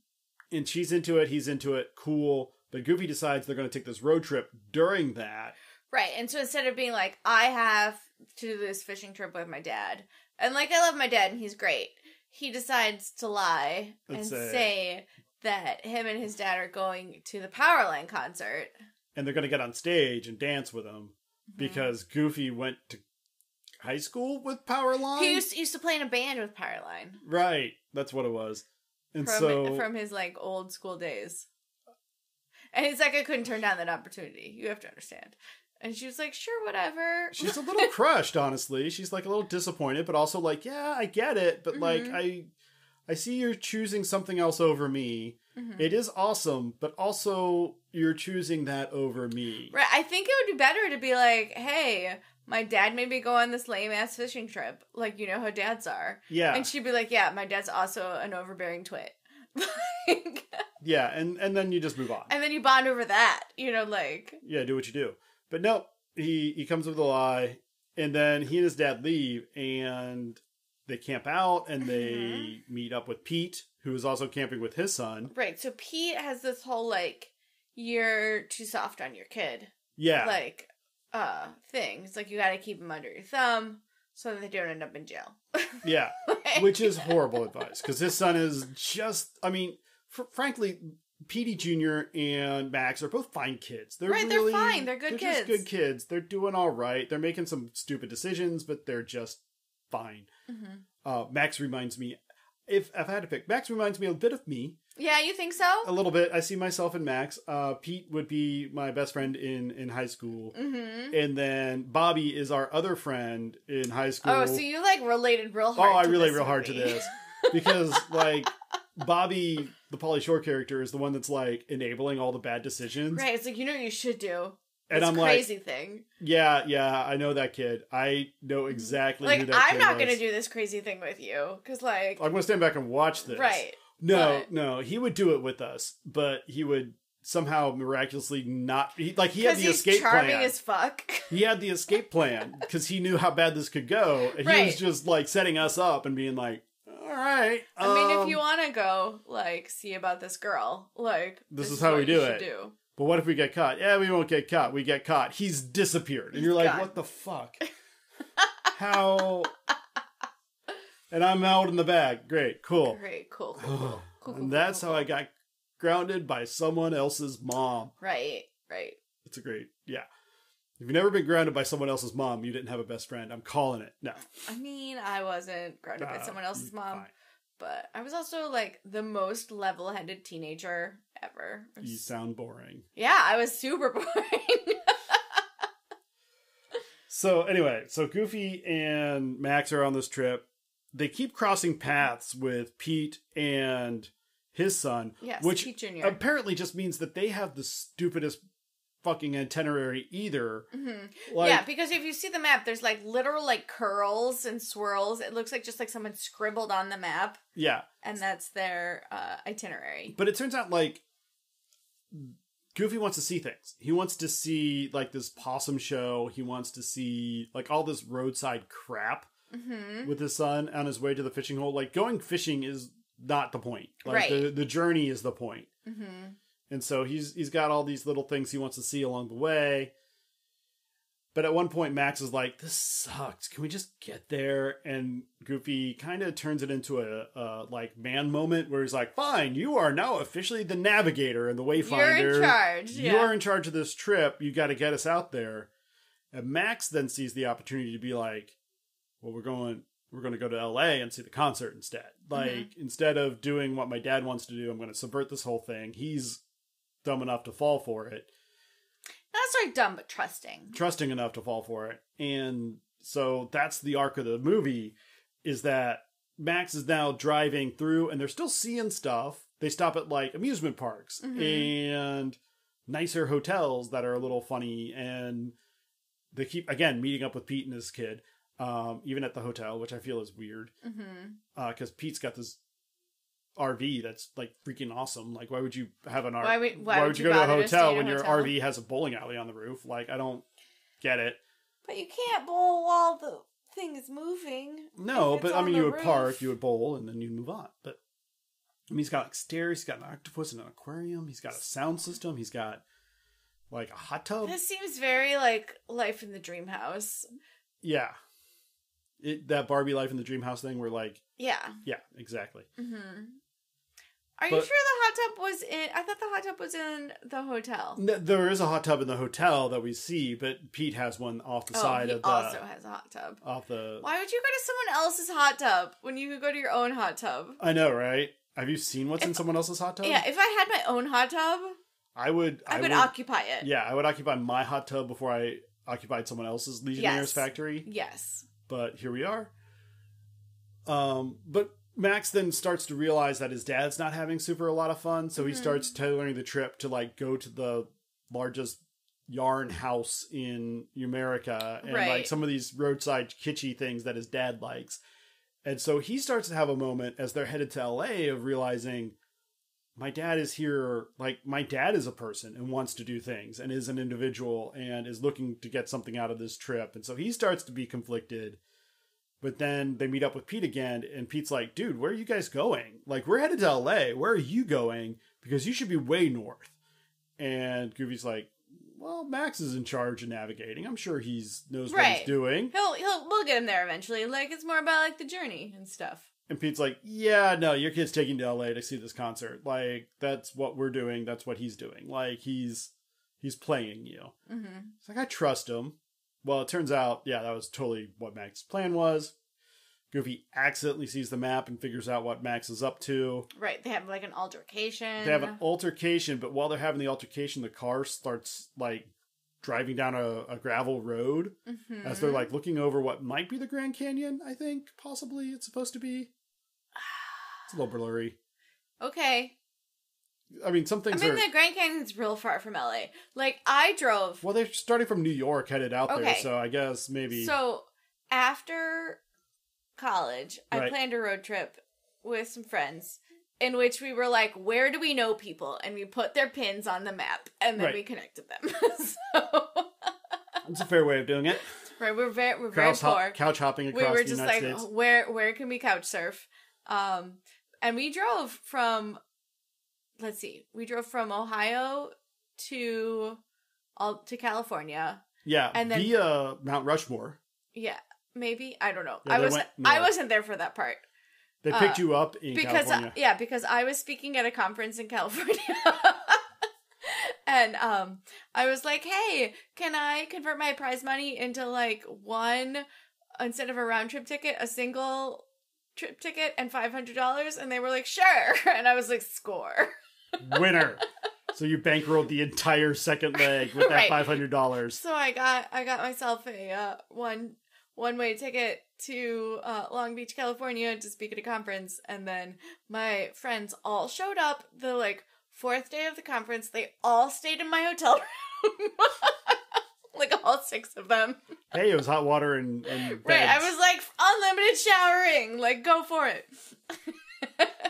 [SPEAKER 1] and she's into it, he's into it, cool. But Goofy decides they're going to take this road trip during that.
[SPEAKER 2] Right. And so instead of being like, I have to do this fishing trip with my dad, and like, I love my dad and he's great, he decides to lie
[SPEAKER 1] And
[SPEAKER 2] and
[SPEAKER 1] say-
[SPEAKER 2] say that him and his dad are going to the Powerline concert.
[SPEAKER 1] And they're going to get on stage and dance with him
[SPEAKER 2] Mm-hmm.
[SPEAKER 1] because Goofy went to high school with Powerline.
[SPEAKER 2] He used, used to play in a band with Powerline.
[SPEAKER 1] right, that's what it was. And
[SPEAKER 2] from
[SPEAKER 1] so
[SPEAKER 2] from his like old school days. And he's like, I couldn't turn down that opportunity. You have to understand. And she was like, sure, whatever.
[SPEAKER 1] She's a little crushed, honestly. She's like a little disappointed, but also like, yeah, I get it, but like
[SPEAKER 2] Mhm.
[SPEAKER 1] I I see you're choosing something else over me.
[SPEAKER 2] Mhm.
[SPEAKER 1] It is awesome, but also you're choosing that over me.
[SPEAKER 2] Right. I think it would be better to be like, hey, my dad made me go on this lame ass fishing trip. Like, you know how dads are.
[SPEAKER 1] Yeah.
[SPEAKER 2] And she'd be like, yeah, my dad's also an overbearing twit. Like,
[SPEAKER 1] yeah, and and then you just move on.
[SPEAKER 2] and then you bond over that, you know, like,
[SPEAKER 1] yeah, do what you do. But no, he he comes up with a lie, and then he and his dad leave, and they camp out, and they
[SPEAKER 2] Mm-hmm.
[SPEAKER 1] meet up with Pete, who is also camping with his son.
[SPEAKER 2] right. So Pete has this whole, like, you're too soft on your kid,
[SPEAKER 1] Yeah,
[SPEAKER 2] like, uh, thing. It's like, you got to keep him under your thumb so that they don't end up in jail.
[SPEAKER 1] yeah, which is horrible advice because his son is just. I mean, fr- frankly. Petey Jr. and Max are both fine kids. They're
[SPEAKER 2] Right, they're
[SPEAKER 1] really-
[SPEAKER 2] fine. They're good kids.
[SPEAKER 1] just good kids. They're doing all right. They're making some stupid decisions, but they're just fine.
[SPEAKER 2] Mhm.
[SPEAKER 1] Uh, Max reminds me, if, if I had to pick, Max reminds me a bit of me.
[SPEAKER 2] Yeah, you think so?
[SPEAKER 1] a little bit. I see myself in Max. Uh, Pete would be my best friend in in high school,
[SPEAKER 2] Mm-hmm.
[SPEAKER 1] and then Bobby is our other friend in high school.
[SPEAKER 2] Oh, so you like related real
[SPEAKER 1] Oh,
[SPEAKER 2] hard.
[SPEAKER 1] I
[SPEAKER 2] to
[SPEAKER 1] relate
[SPEAKER 2] this
[SPEAKER 1] real hard to
[SPEAKER 2] movie.
[SPEAKER 1] this because like Bobby, the Polly Shore character, is the one that's like enabling all the bad decisions,
[SPEAKER 2] Right, it's like you know what you should do.
[SPEAKER 1] and
[SPEAKER 2] this
[SPEAKER 1] I'm like,
[SPEAKER 2] crazy thing.
[SPEAKER 1] yeah, yeah, I know that kid. I know exactly who
[SPEAKER 2] Mm-hmm. Like
[SPEAKER 1] that
[SPEAKER 2] I'm
[SPEAKER 1] kid
[SPEAKER 2] not
[SPEAKER 1] was.
[SPEAKER 2] gonna do this crazy thing with you because like
[SPEAKER 1] I'm gonna stand back and watch this.
[SPEAKER 2] right,
[SPEAKER 1] No,
[SPEAKER 2] But-
[SPEAKER 1] no, he would do it with us, but he would somehow miraculously not. He, like he had
[SPEAKER 2] because
[SPEAKER 1] the
[SPEAKER 2] he's
[SPEAKER 1] escape
[SPEAKER 2] charming
[SPEAKER 1] plan.
[SPEAKER 2] as fuck.
[SPEAKER 1] he had the escape plan because he knew how bad this could go, and he was
[SPEAKER 2] Right.
[SPEAKER 1] just like setting us up and being like, "All right,
[SPEAKER 2] I mean, if
[SPEAKER 1] um,
[SPEAKER 2] you want to go like see about this girl, like
[SPEAKER 1] This is how
[SPEAKER 2] what
[SPEAKER 1] we do
[SPEAKER 2] you should
[SPEAKER 1] it.
[SPEAKER 2] Do.
[SPEAKER 1] but what if we get caught? Yeah, we won't get caught. We get caught. He's disappeared, and
[SPEAKER 2] He's
[SPEAKER 1] you're like,
[SPEAKER 2] gone.
[SPEAKER 1] "What the fuck? how?" And I'm out in the bag. Great, cool.
[SPEAKER 2] Great, cool, cool, cool, cool, cool,
[SPEAKER 1] and that's
[SPEAKER 2] cool,
[SPEAKER 1] how I got grounded by someone else's mom.
[SPEAKER 2] cool. Right, right.
[SPEAKER 1] It's a great, yeah. If you've never been grounded by someone else's mom, you didn't have a best friend. I'm calling it. No.
[SPEAKER 2] I mean, I wasn't grounded by
[SPEAKER 1] Uh,
[SPEAKER 2] someone else's mom,
[SPEAKER 1] Fine.
[SPEAKER 2] but I was also like the most level-headed teenager ever. I was-
[SPEAKER 1] You sound boring.
[SPEAKER 2] Yeah, I was super boring.
[SPEAKER 1] So, anyway, so Goofy and Max are on this trip. They keep crossing paths with Pete and his son,
[SPEAKER 2] yes,
[SPEAKER 1] Which, um,
[SPEAKER 2] Pete Junior.
[SPEAKER 1] apparently just means that they have the stupidest fucking itinerary either.
[SPEAKER 2] Mhm.
[SPEAKER 1] Like,
[SPEAKER 2] yeah, because if you see the map, there's like literal like curls and swirls. It looks like just like someone scribbled on the map,
[SPEAKER 1] yeah.
[SPEAKER 2] and that's their uh, itinerary.
[SPEAKER 1] But it turns out like Goofy wants to see things. He wants to see like this possum show. He wants to see like all this roadside crap
[SPEAKER 2] hmm
[SPEAKER 1] with his son on his way to the fishing hole. Like going fishing is not the point. Like
[SPEAKER 2] Right.
[SPEAKER 1] the, the journey is the point.
[SPEAKER 2] hmm
[SPEAKER 1] And so he's he's got all these little things he wants to see along the way. But at one point Max is like, This sucks. Can we just get there? And Goofy kind of turns it into a, a like man moment where he's like, Fine, you are now officially the navigator and the
[SPEAKER 2] You're
[SPEAKER 1] wayfinder.
[SPEAKER 2] in charge. Yeah.
[SPEAKER 1] You are in charge of this trip. You got to get us out there. And Max then sees the opportunity to be like, "Well, we're going. We're going to go to LA and see the concert instead. Like instead of doing what my dad wants to do, I'm going to subvert this whole thing." He's dumb enough to fall for it,
[SPEAKER 2] Not sorry, dumb, but trusting.
[SPEAKER 1] trusting enough to fall for it, and so that's the arc of the movie. Is that Max is now driving through, and they're still seeing stuff. They stop at like amusement parks
[SPEAKER 2] Mhm.
[SPEAKER 1] and nicer hotels that are a little funny, and they keep again meeting up with Pete and his kid, um, even at the hotel, which I feel is weird
[SPEAKER 2] hmm
[SPEAKER 1] because uh, Pete's got this RV that's like freaking awesome. Like, why would you have an RV?
[SPEAKER 2] Why would- why would you
[SPEAKER 1] go to a
[SPEAKER 2] bother to stay
[SPEAKER 1] hotel
[SPEAKER 2] in a
[SPEAKER 1] when your
[SPEAKER 2] hotel?
[SPEAKER 1] RV has a bowling alley on the roof? Like, I don't get it.
[SPEAKER 2] But you can't bowl while the thing is moving.
[SPEAKER 1] No,
[SPEAKER 2] If it's
[SPEAKER 1] but I
[SPEAKER 2] on
[SPEAKER 1] mean,
[SPEAKER 2] the
[SPEAKER 1] you would park,
[SPEAKER 2] roof.
[SPEAKER 1] you would bowl, and then you'd move on. But I mean, he's got like stairs, he's got an octopus and an aquarium, he's got a sound system, he's got like a hot tub.
[SPEAKER 2] This seems very like life in the dream house.
[SPEAKER 1] Yeah, it, that Barbie life in the dream house thing. Where like,
[SPEAKER 2] Yeah.
[SPEAKER 1] yeah, exactly.
[SPEAKER 2] hmm Are you sure the
[SPEAKER 1] But-
[SPEAKER 2] hot tub was in? I thought the hot tub was in the hotel.
[SPEAKER 1] N- There is a hot tub in the hotel that we see, but Pete has one off the
[SPEAKER 2] oh,
[SPEAKER 1] side
[SPEAKER 2] he
[SPEAKER 1] of the
[SPEAKER 2] also has a hot tub.
[SPEAKER 1] off the.
[SPEAKER 2] Why would you go to someone else's hot tub when you could go to your own hot tub?
[SPEAKER 1] I know, right? Have you seen what's in someone else's hot tub?
[SPEAKER 2] Yeah, if I had my own hot tub,
[SPEAKER 1] Um, I would.
[SPEAKER 2] I, would, occupy it.
[SPEAKER 1] Yeah, I would occupy my hot tub before I occupied someone else's Legionnaires
[SPEAKER 2] Yes.
[SPEAKER 1] factory.
[SPEAKER 2] Yes.
[SPEAKER 1] But here we are. Um, but Max then starts to realize that his dad's not having super a lot of fun, so he
[SPEAKER 2] Mhm.
[SPEAKER 1] starts tailoring the trip to like go to the largest yarn house in America and like
[SPEAKER 2] Right.
[SPEAKER 1] some of these roadside kitschy things that his dad likes. And so he starts to have a moment as they're headed to LA of realizing my dad is here like my dad is a person and wants to do things and is an individual and is looking to get something out of this trip and so he starts to be conflicted but then they meet up with pete again and pete's like dude where are you guys going like we're headed to la where are you going because you should be way north and goofy's like well max is in charge of navigating i'm sure he's knows what he's
[SPEAKER 2] Right.
[SPEAKER 1] doing
[SPEAKER 2] He'll he'll we'll get him there eventually. Like it's more about like the journey and stuff.
[SPEAKER 1] And Pete's like, yeah, no, your kid's taking to LA to see this concert. Like, that's what we're doing. That's what he's doing. Like, he's he's playing you.
[SPEAKER 2] Mm-hmm.
[SPEAKER 1] It's like I trust him. Well, it turns out, yeah, that was totally what Max's plan was. Goofy accidentally sees the map and figures out what Max is up to.
[SPEAKER 2] Right. They have like an altercation.
[SPEAKER 1] They have
[SPEAKER 2] uh,
[SPEAKER 1] an altercation, but while they're having the altercation, the car starts like driving down a, a gravel road
[SPEAKER 2] Mhm.
[SPEAKER 1] as they're like looking over what might be the Grand Canyon. I think possibly it's supposed to be. It's a little blurry.
[SPEAKER 2] Okay.
[SPEAKER 1] I mean, some
[SPEAKER 2] I
[SPEAKER 1] things
[SPEAKER 2] mean
[SPEAKER 1] are.
[SPEAKER 2] the Grand Canyon's real far from LA. Like I drove
[SPEAKER 1] Well, they're starting from New York, headed out there,
[SPEAKER 2] Okay.
[SPEAKER 1] so I guess maybe.
[SPEAKER 2] So after college, I
[SPEAKER 1] Right.
[SPEAKER 2] planned a road trip with some friends in which we were like, where do we know people? And we put their pins on the map and then
[SPEAKER 1] Right.
[SPEAKER 2] we connected them. so
[SPEAKER 1] it's a fair way of doing it.
[SPEAKER 2] right, we're very we're very
[SPEAKER 1] Couch, hop-
[SPEAKER 2] poor.
[SPEAKER 1] couch hopping across
[SPEAKER 2] we were
[SPEAKER 1] the
[SPEAKER 2] just
[SPEAKER 1] United
[SPEAKER 2] like,
[SPEAKER 1] States.
[SPEAKER 2] where where can we couch surf? Um and we drove from let's see, we drove from Ohio to all to California.
[SPEAKER 1] Yeah,
[SPEAKER 2] and then-
[SPEAKER 1] via Mount Rushmore.
[SPEAKER 2] Yeah, maybe. I don't know.
[SPEAKER 1] Yeah,
[SPEAKER 2] I
[SPEAKER 1] they
[SPEAKER 2] was
[SPEAKER 1] went
[SPEAKER 2] I
[SPEAKER 1] north.
[SPEAKER 2] wasn't there for that part.
[SPEAKER 1] They
[SPEAKER 2] Uh,
[SPEAKER 1] picked you up in
[SPEAKER 2] because uh,
[SPEAKER 1] California.
[SPEAKER 2] yeah because i was speaking at a conference in california and um i was like hey can i convert my prize money into like one instead of a round trip ticket a single trip ticket and $500 and they were like sure and i was like score
[SPEAKER 1] Winner. so you bankrolled the entire second leg with that
[SPEAKER 2] Right.
[SPEAKER 1] five hundred dollars.
[SPEAKER 2] so i got i got myself a uh, one one way ticket to uh, long beach california to speak at a conference and then my friends all showed up the like fourth day of the conference they all stayed in my hotel room like all six of them
[SPEAKER 1] Hey, it was hot water and, and
[SPEAKER 2] right i
[SPEAKER 1] beds.
[SPEAKER 2] was like unlimited showering like go for it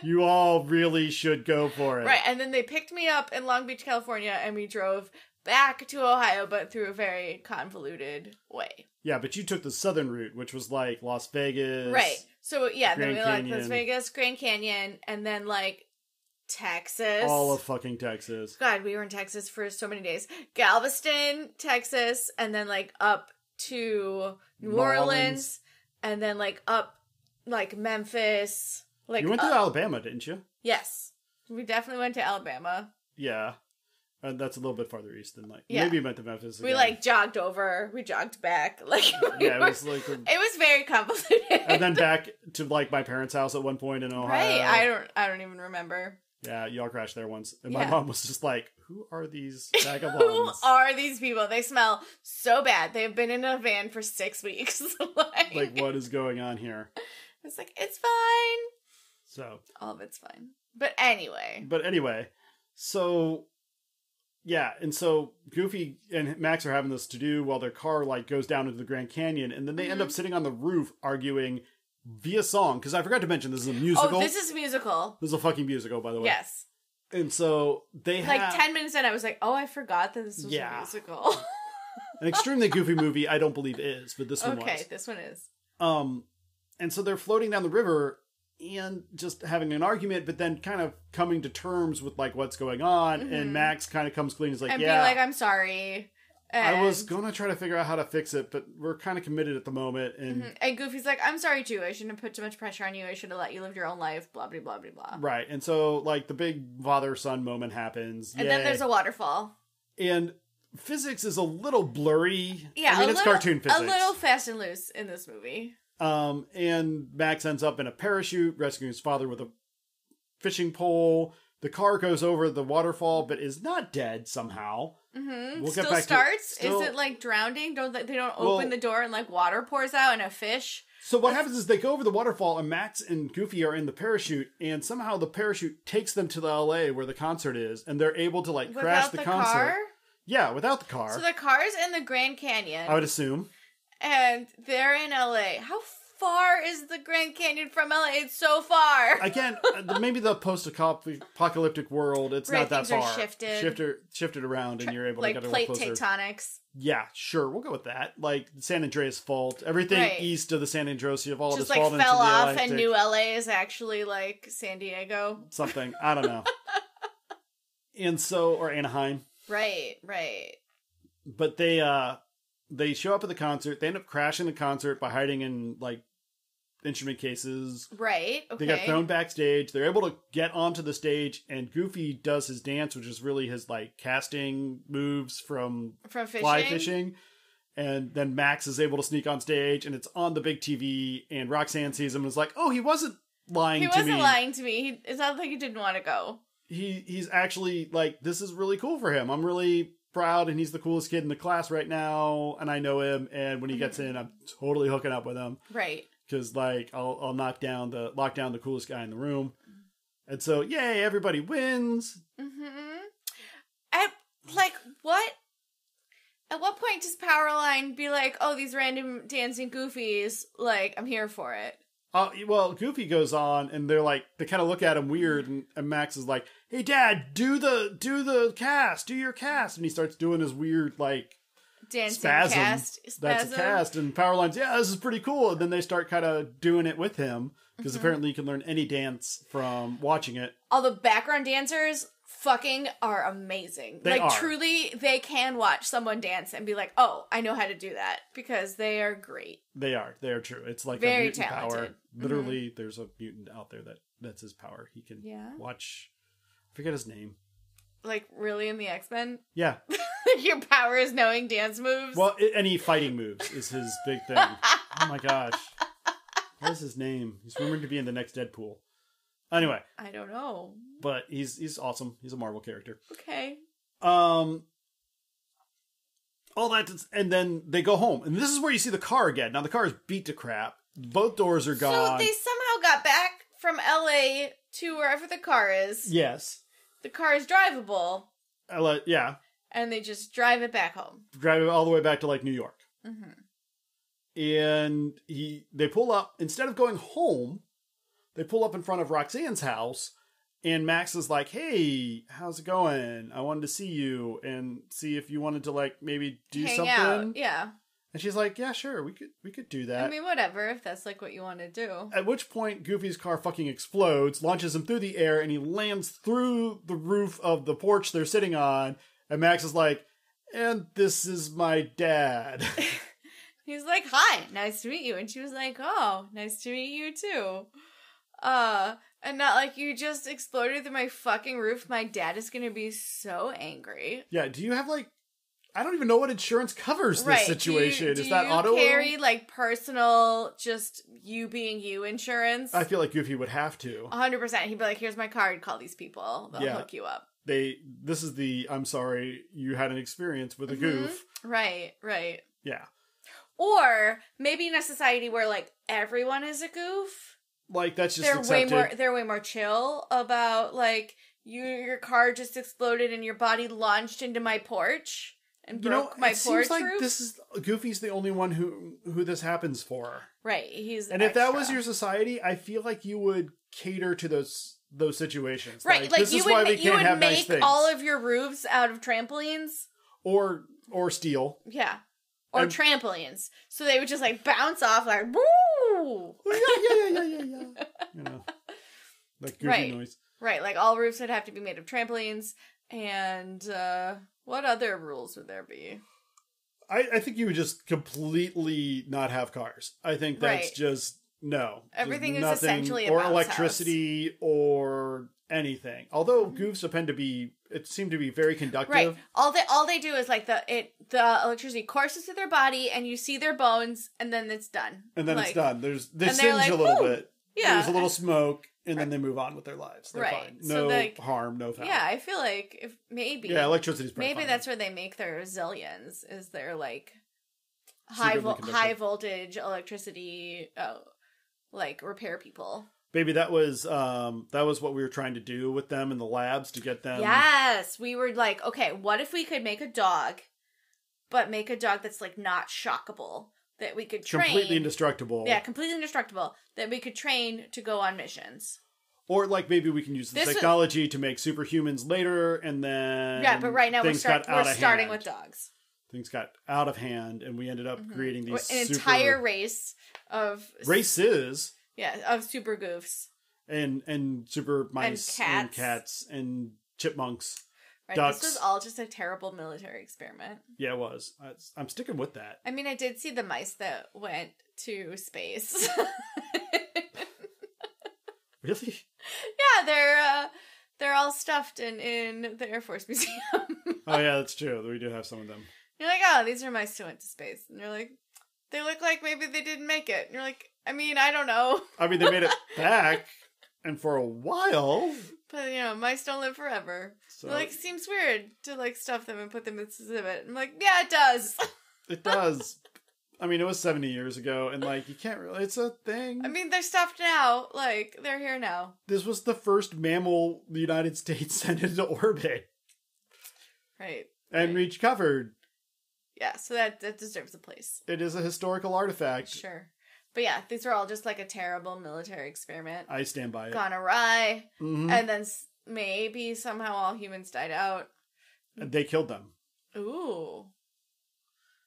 [SPEAKER 1] You all really should go for it.
[SPEAKER 2] right and then they picked me up in long beach california and we drove back to ohio but through a very convoluted way
[SPEAKER 1] Yeah, but you took the southern route, which was like Las Vegas.
[SPEAKER 2] Right. So yeah,
[SPEAKER 1] Grand
[SPEAKER 2] then we like
[SPEAKER 1] Canyon.
[SPEAKER 2] Las Vegas, Grand Canyon, and then like Texas.
[SPEAKER 1] All of fucking Texas.
[SPEAKER 2] God, we were in Texas for so many days. Galveston, Texas, and then like up to New
[SPEAKER 1] New
[SPEAKER 2] Orleans,
[SPEAKER 1] Orleans.
[SPEAKER 2] and then like up like Memphis. Like uh,
[SPEAKER 1] you went to
[SPEAKER 2] up-
[SPEAKER 1] Alabama, didn't you?
[SPEAKER 2] Yes. We definitely went to Alabama.
[SPEAKER 1] Yeah. And that's a little bit farther east than like
[SPEAKER 2] Yeah.
[SPEAKER 1] maybe you meant to Memphis.
[SPEAKER 2] We
[SPEAKER 1] again.
[SPEAKER 2] like jogged over, we jogged back. Like we
[SPEAKER 1] yeah, it
[SPEAKER 2] were-
[SPEAKER 1] was like a-
[SPEAKER 2] it was very convoluted.
[SPEAKER 1] and then back to like my parents' house at one point in Ohio.
[SPEAKER 2] right. I don't I don't even remember.
[SPEAKER 1] yeah, y'all crashed there once, and my
[SPEAKER 2] Yeah.
[SPEAKER 1] mom was just like, "Who are these
[SPEAKER 2] Who
[SPEAKER 1] vagabonds?"
[SPEAKER 2] are these people? They smell so bad. They've been in a van for six weeks. like,
[SPEAKER 1] like, what is going on here?
[SPEAKER 2] it's like it's fine.
[SPEAKER 1] So,
[SPEAKER 2] All of it's fine. But anyway,
[SPEAKER 1] but anyway, so yeah, and so Goofy and Max are having this to do while their car like goes down into the Grand Canyon, and then they end
[SPEAKER 2] Mhm.
[SPEAKER 1] up sitting on the roof arguing via song because I forgot to mention this is a musical.
[SPEAKER 2] oh, this is a musical.
[SPEAKER 1] This is a fucking musical, by the way.
[SPEAKER 2] Yes,
[SPEAKER 1] And so they
[SPEAKER 2] like
[SPEAKER 1] have
[SPEAKER 2] ten minutes in, I was like, oh, I forgot that this was
[SPEAKER 1] Yeah.
[SPEAKER 2] a musical.
[SPEAKER 1] an extremely goofy movie. I don't believe is, but this one was.
[SPEAKER 2] okay, this one is
[SPEAKER 1] Um, and so they're floating down the river and just having an argument, but then kind of coming to terms with like what's going on.
[SPEAKER 2] Mhm.
[SPEAKER 1] And Max kind of comes clean. He's like,
[SPEAKER 2] and
[SPEAKER 1] "Yeah,
[SPEAKER 2] being like, I'm sorry. And,
[SPEAKER 1] I was gonna try to figure out how to fix it, but we're kind of committed at the moment." And
[SPEAKER 2] Mhm. And Goofy's like, I'm sorry too. I shouldn't have put too much pressure on you. I should have let you live your own life. Blah blah blah blah blah.
[SPEAKER 1] right, and so like the big father son moment happens,
[SPEAKER 2] And then
[SPEAKER 1] Yay.
[SPEAKER 2] there's a waterfall.
[SPEAKER 1] and physics is a little blurry.
[SPEAKER 2] Yeah,
[SPEAKER 1] I mean
[SPEAKER 2] a
[SPEAKER 1] it's
[SPEAKER 2] little-
[SPEAKER 1] cartoon physics.
[SPEAKER 2] A little fast and loose in this movie.
[SPEAKER 1] Um, and Max ends up in a parachute, rescuing his father with a fishing pole. The car goes over the waterfall, but is not dead somehow.
[SPEAKER 2] Mm-hmm.
[SPEAKER 1] We'll get
[SPEAKER 2] still
[SPEAKER 1] back to-
[SPEAKER 2] starts.
[SPEAKER 1] still-
[SPEAKER 2] Is it like drowning? Don't they they don't
[SPEAKER 1] Well-
[SPEAKER 2] open the door and like water pours out and a fish?
[SPEAKER 1] So what happens is they go over the waterfall, and Max and Goofy are in the parachute, and somehow the parachute takes them to the L.A. where the concert is, and they're able to like
[SPEAKER 2] Without
[SPEAKER 1] crash the,
[SPEAKER 2] the
[SPEAKER 1] concert.
[SPEAKER 2] car?
[SPEAKER 1] Yeah, without the car,
[SPEAKER 2] So the car's in the Grand Canyon,
[SPEAKER 1] I would assume.
[SPEAKER 2] and they're in LA. How far is the Grand Canyon from LA? It's so far.
[SPEAKER 1] Again, uh, maybe the post-apocalyptic world, it's
[SPEAKER 2] Right,
[SPEAKER 1] not that
[SPEAKER 2] things are
[SPEAKER 1] far.
[SPEAKER 2] shifted.
[SPEAKER 1] shifted, shifted around, and you're able
[SPEAKER 2] like
[SPEAKER 1] to get a
[SPEAKER 2] plate
[SPEAKER 1] little closer.
[SPEAKER 2] tectonics.
[SPEAKER 1] Yeah, sure, we'll go with that. Like San Andreas Fault, everything
[SPEAKER 2] Right.
[SPEAKER 1] east of the San Andreas Fault
[SPEAKER 2] Just
[SPEAKER 1] has
[SPEAKER 2] like
[SPEAKER 1] fallen into
[SPEAKER 2] fell
[SPEAKER 1] the
[SPEAKER 2] off
[SPEAKER 1] Atlantic.
[SPEAKER 2] and new LA is actually like San Diego.
[SPEAKER 1] something. I don't know. and so, or Anaheim.
[SPEAKER 2] Right, right.
[SPEAKER 1] but they uh they show up at the concert they end up crashing the concert by hiding in like instrument cases
[SPEAKER 2] Right. Okay.
[SPEAKER 1] they got thrown backstage they're able to get onto the stage and goofy does his dance which is really his like casting moves from
[SPEAKER 2] from fishing.
[SPEAKER 1] fly fishing and then max is able to sneak on stage and it's on the big tv and roxanne sees him and is like oh he wasn't lying
[SPEAKER 2] He
[SPEAKER 1] to
[SPEAKER 2] wasn't
[SPEAKER 1] me
[SPEAKER 2] lying to me. He, it's not like he didn't want to go.
[SPEAKER 1] he he's actually like this is really cool for him. I'm really proud and he's the coolest kid in the class right now and I know him and when he gets
[SPEAKER 2] Mhm.
[SPEAKER 1] in I'm totally hooking up with him
[SPEAKER 2] Right.
[SPEAKER 1] cuz like I'll I'll knock down the lock down the coolest guy in the room. And so yay everybody wins.
[SPEAKER 2] Mm-hmm. At like what? At what point does Powerline be like, "Oh, these random dancing goofies, like I'm here for it"?
[SPEAKER 1] Uh, well, Goofy goes on and they're like they kind of look at him weird and, and Max is like, "Hey dad, do the do the cast, do your cast." And he starts doing his weird like
[SPEAKER 2] Dancing
[SPEAKER 1] Spasm.
[SPEAKER 2] cast,
[SPEAKER 1] that's a
[SPEAKER 2] spasm.
[SPEAKER 1] cast and Powerline's yeah this is pretty cool and then they start kind of doing it with him because
[SPEAKER 2] Mm-hmm.
[SPEAKER 1] apparently you can learn any dance from watching it
[SPEAKER 2] All the background dancers fucking are amazing.
[SPEAKER 1] They
[SPEAKER 2] like
[SPEAKER 1] are.
[SPEAKER 2] truly, they can watch someone dance and be like, "Oh, I know how to do that" because they are great.
[SPEAKER 1] they are they are true it's like
[SPEAKER 2] Very
[SPEAKER 1] a mutant power
[SPEAKER 2] talented. Mhm.
[SPEAKER 1] literally there's a mutant out there that that's his power he can
[SPEAKER 2] Yeah.
[SPEAKER 1] watch I forget his name
[SPEAKER 2] Like really in the X Men,
[SPEAKER 1] yeah
[SPEAKER 2] your power is knowing dance moves.
[SPEAKER 1] well i any fighting moves is his big thing oh my gosh what is his name he's rumored to be in the next Deadpool anyway
[SPEAKER 2] I don't know.
[SPEAKER 1] but he's he's awesome he's a Marvel character
[SPEAKER 2] Okay.
[SPEAKER 1] Um, all that, and then they go home, and this is where you see the car again. Now the car is beat to crap. Both doors are
[SPEAKER 2] So
[SPEAKER 1] gone.
[SPEAKER 2] they somehow got back from LA to wherever the car is.
[SPEAKER 1] yes,
[SPEAKER 2] The car is drivable,
[SPEAKER 1] I let- yeah,
[SPEAKER 2] and they just drive it back home.
[SPEAKER 1] drive it all the way back to like New York,
[SPEAKER 2] hmm Mm-hmm.
[SPEAKER 1] and he they pull up instead of going home, they pull up in front of Roxanne's house. And Max is like, "Hey, how's it going? I wanted to see you and see if you wanted to like maybe do
[SPEAKER 2] Hang
[SPEAKER 1] something."
[SPEAKER 2] out, yeah.
[SPEAKER 1] And she's like, "Yeah, sure, we could we could do that."
[SPEAKER 2] I mean, whatever. If that's like what you want to do,
[SPEAKER 1] At which point, Goofy's car fucking explodes, launches him through the air, and he lands through the roof of the porch they're sitting on. And Max is like, and this is my dad.
[SPEAKER 2] he's like, "Hi, nice to meet you," and she was like, "Oh, nice to meet you too." Uh, and not like you just exploded through my fucking roof. My dad is gonna be so angry.
[SPEAKER 1] yeah, do you have like, I don't even know what insurance covers this
[SPEAKER 2] Right.
[SPEAKER 1] situation.
[SPEAKER 2] Do you, do
[SPEAKER 1] is that
[SPEAKER 2] you
[SPEAKER 1] auto?
[SPEAKER 2] carry like personal, just you being you insurance?
[SPEAKER 1] I feel like Goofy would have to.
[SPEAKER 2] A hundred percent. He'd be like, "Here's my card. Call these people. They'll
[SPEAKER 1] Yeah.
[SPEAKER 2] hook you up."
[SPEAKER 1] They, this is the, I'm sorry, you had an experience
[SPEAKER 2] Mm-hmm.
[SPEAKER 1] with a goof.
[SPEAKER 2] Right, right.
[SPEAKER 1] Yeah.
[SPEAKER 2] Or maybe in a society where like everyone is a goof,
[SPEAKER 1] Like, that's just
[SPEAKER 2] they're
[SPEAKER 1] accepted.
[SPEAKER 2] way more they're way more chill about like you your car just exploded and your body launched into my porch and
[SPEAKER 1] you
[SPEAKER 2] broke
[SPEAKER 1] know,
[SPEAKER 2] my
[SPEAKER 1] it
[SPEAKER 2] porch
[SPEAKER 1] seems like
[SPEAKER 2] roof.
[SPEAKER 1] this is Goofy's the only one who who this happens for.
[SPEAKER 2] right, he's
[SPEAKER 1] And if that was
[SPEAKER 2] extra.
[SPEAKER 1] your society, I feel like you would cater to those those situations.
[SPEAKER 2] right, like,
[SPEAKER 1] this
[SPEAKER 2] you
[SPEAKER 1] is
[SPEAKER 2] would
[SPEAKER 1] why
[SPEAKER 2] ma-
[SPEAKER 1] we
[SPEAKER 2] you
[SPEAKER 1] can't
[SPEAKER 2] would
[SPEAKER 1] have nice
[SPEAKER 2] make
[SPEAKER 1] things.
[SPEAKER 2] all of your roofs out of trampolines.
[SPEAKER 1] or or steal.
[SPEAKER 2] Yeah. Or
[SPEAKER 1] And-
[SPEAKER 2] trampolines. So they would just like bounce off like woo
[SPEAKER 1] yeah, yeah, yeah, yeah, yeah, yeah. You know, like goofy
[SPEAKER 2] Right.
[SPEAKER 1] noise.
[SPEAKER 2] Right, like all roofs would have to be made of trampolines. And uh what other rules would there be?
[SPEAKER 1] I, I think you would just completely not have cars. I think that's
[SPEAKER 2] Right.
[SPEAKER 1] just no. There's
[SPEAKER 2] Everything is
[SPEAKER 1] nothing-
[SPEAKER 2] essentially a
[SPEAKER 1] or
[SPEAKER 2] bounce
[SPEAKER 1] electricity or anything. Although goofs depend to be, it seemed to be very conductive.
[SPEAKER 2] Mm-hmm. Right. All they all they do is like the it the electricity courses through their body and you see their bones and then it's done.
[SPEAKER 1] And then
[SPEAKER 2] Like,
[SPEAKER 1] it's done. There's they
[SPEAKER 2] and they're like,
[SPEAKER 1] singe a little
[SPEAKER 2] "Woo!"
[SPEAKER 1] bit.
[SPEAKER 2] Yeah.
[SPEAKER 1] There's a little smoke, and then they move on with their lives. They're
[SPEAKER 2] Right.
[SPEAKER 1] fine.
[SPEAKER 2] So,
[SPEAKER 1] No
[SPEAKER 2] like-
[SPEAKER 1] harm, no foul.
[SPEAKER 2] Yeah, I feel like if maybe
[SPEAKER 1] yeah. Electricity's pretty
[SPEAKER 2] maybe
[SPEAKER 1] fine.
[SPEAKER 2] that's where they make their zillions is their like high
[SPEAKER 1] Secretly
[SPEAKER 2] vol-
[SPEAKER 1] conducted.
[SPEAKER 2] high voltage electricity uh, like repair people.
[SPEAKER 1] maybe that was um that was what we were trying to do with them in the labs to get them.
[SPEAKER 2] yes, we were like, okay, what if we could make a dog, but make a dog that's like not shockable that we could train
[SPEAKER 1] Completely indestructible.
[SPEAKER 2] yeah, completely indestructible that we could train to go on missions.
[SPEAKER 1] Or like maybe we can use the
[SPEAKER 2] This was-
[SPEAKER 1] technology to make superhumans later, and then
[SPEAKER 2] yeah, but right now we're,
[SPEAKER 1] things
[SPEAKER 2] start-
[SPEAKER 1] got out
[SPEAKER 2] we're
[SPEAKER 1] of
[SPEAKER 2] starting
[SPEAKER 1] hand.
[SPEAKER 2] with dogs.
[SPEAKER 1] things got out of hand, and we ended up creating
[SPEAKER 2] An
[SPEAKER 1] these super
[SPEAKER 2] entire race of
[SPEAKER 1] races
[SPEAKER 2] yeah of super goofs.
[SPEAKER 1] and and super mice and
[SPEAKER 2] cats.
[SPEAKER 1] cats and, chipmunks.
[SPEAKER 2] Right?
[SPEAKER 1] Ducks.
[SPEAKER 2] This was all just a terrible military experiment.
[SPEAKER 1] Yeah, it was. I, I'm sticking with that.
[SPEAKER 2] I mean, I did see the mice that went to space.
[SPEAKER 1] Really?
[SPEAKER 2] yeah, they're uh, they're all stuffed in in the Air Force Museum.
[SPEAKER 1] Oh yeah, that's true. We do have some of them.
[SPEAKER 2] you're like, oh, these are mice who went to space, and you're like, they look like maybe they didn't make it. And you're like, I mean, I don't know,
[SPEAKER 1] I mean, they made it back, and for a while.
[SPEAKER 2] but you know, mice don't live forever.
[SPEAKER 1] So
[SPEAKER 2] Like, seems weird to like stuff them and put them in this exhibit. I'm like, yeah, it does.
[SPEAKER 1] it does. I mean, it was 70 years ago, and like you can't really. It's a thing.
[SPEAKER 2] I mean, they're stuffed now. Like, they're here now,
[SPEAKER 1] this was the first mammal the United States sent into orbit
[SPEAKER 2] right?
[SPEAKER 1] and
[SPEAKER 2] Right.
[SPEAKER 1] reached covered.
[SPEAKER 2] Yeah, so that that deserves a place.
[SPEAKER 1] It is a historical artifact.
[SPEAKER 2] Sure. But yeah, these were all just like a terrible military experiment
[SPEAKER 1] I stand by it.
[SPEAKER 2] gone awry,
[SPEAKER 1] Mhm.
[SPEAKER 2] and then s- maybe somehow all humans died out.
[SPEAKER 1] They killed them.
[SPEAKER 2] Ooh,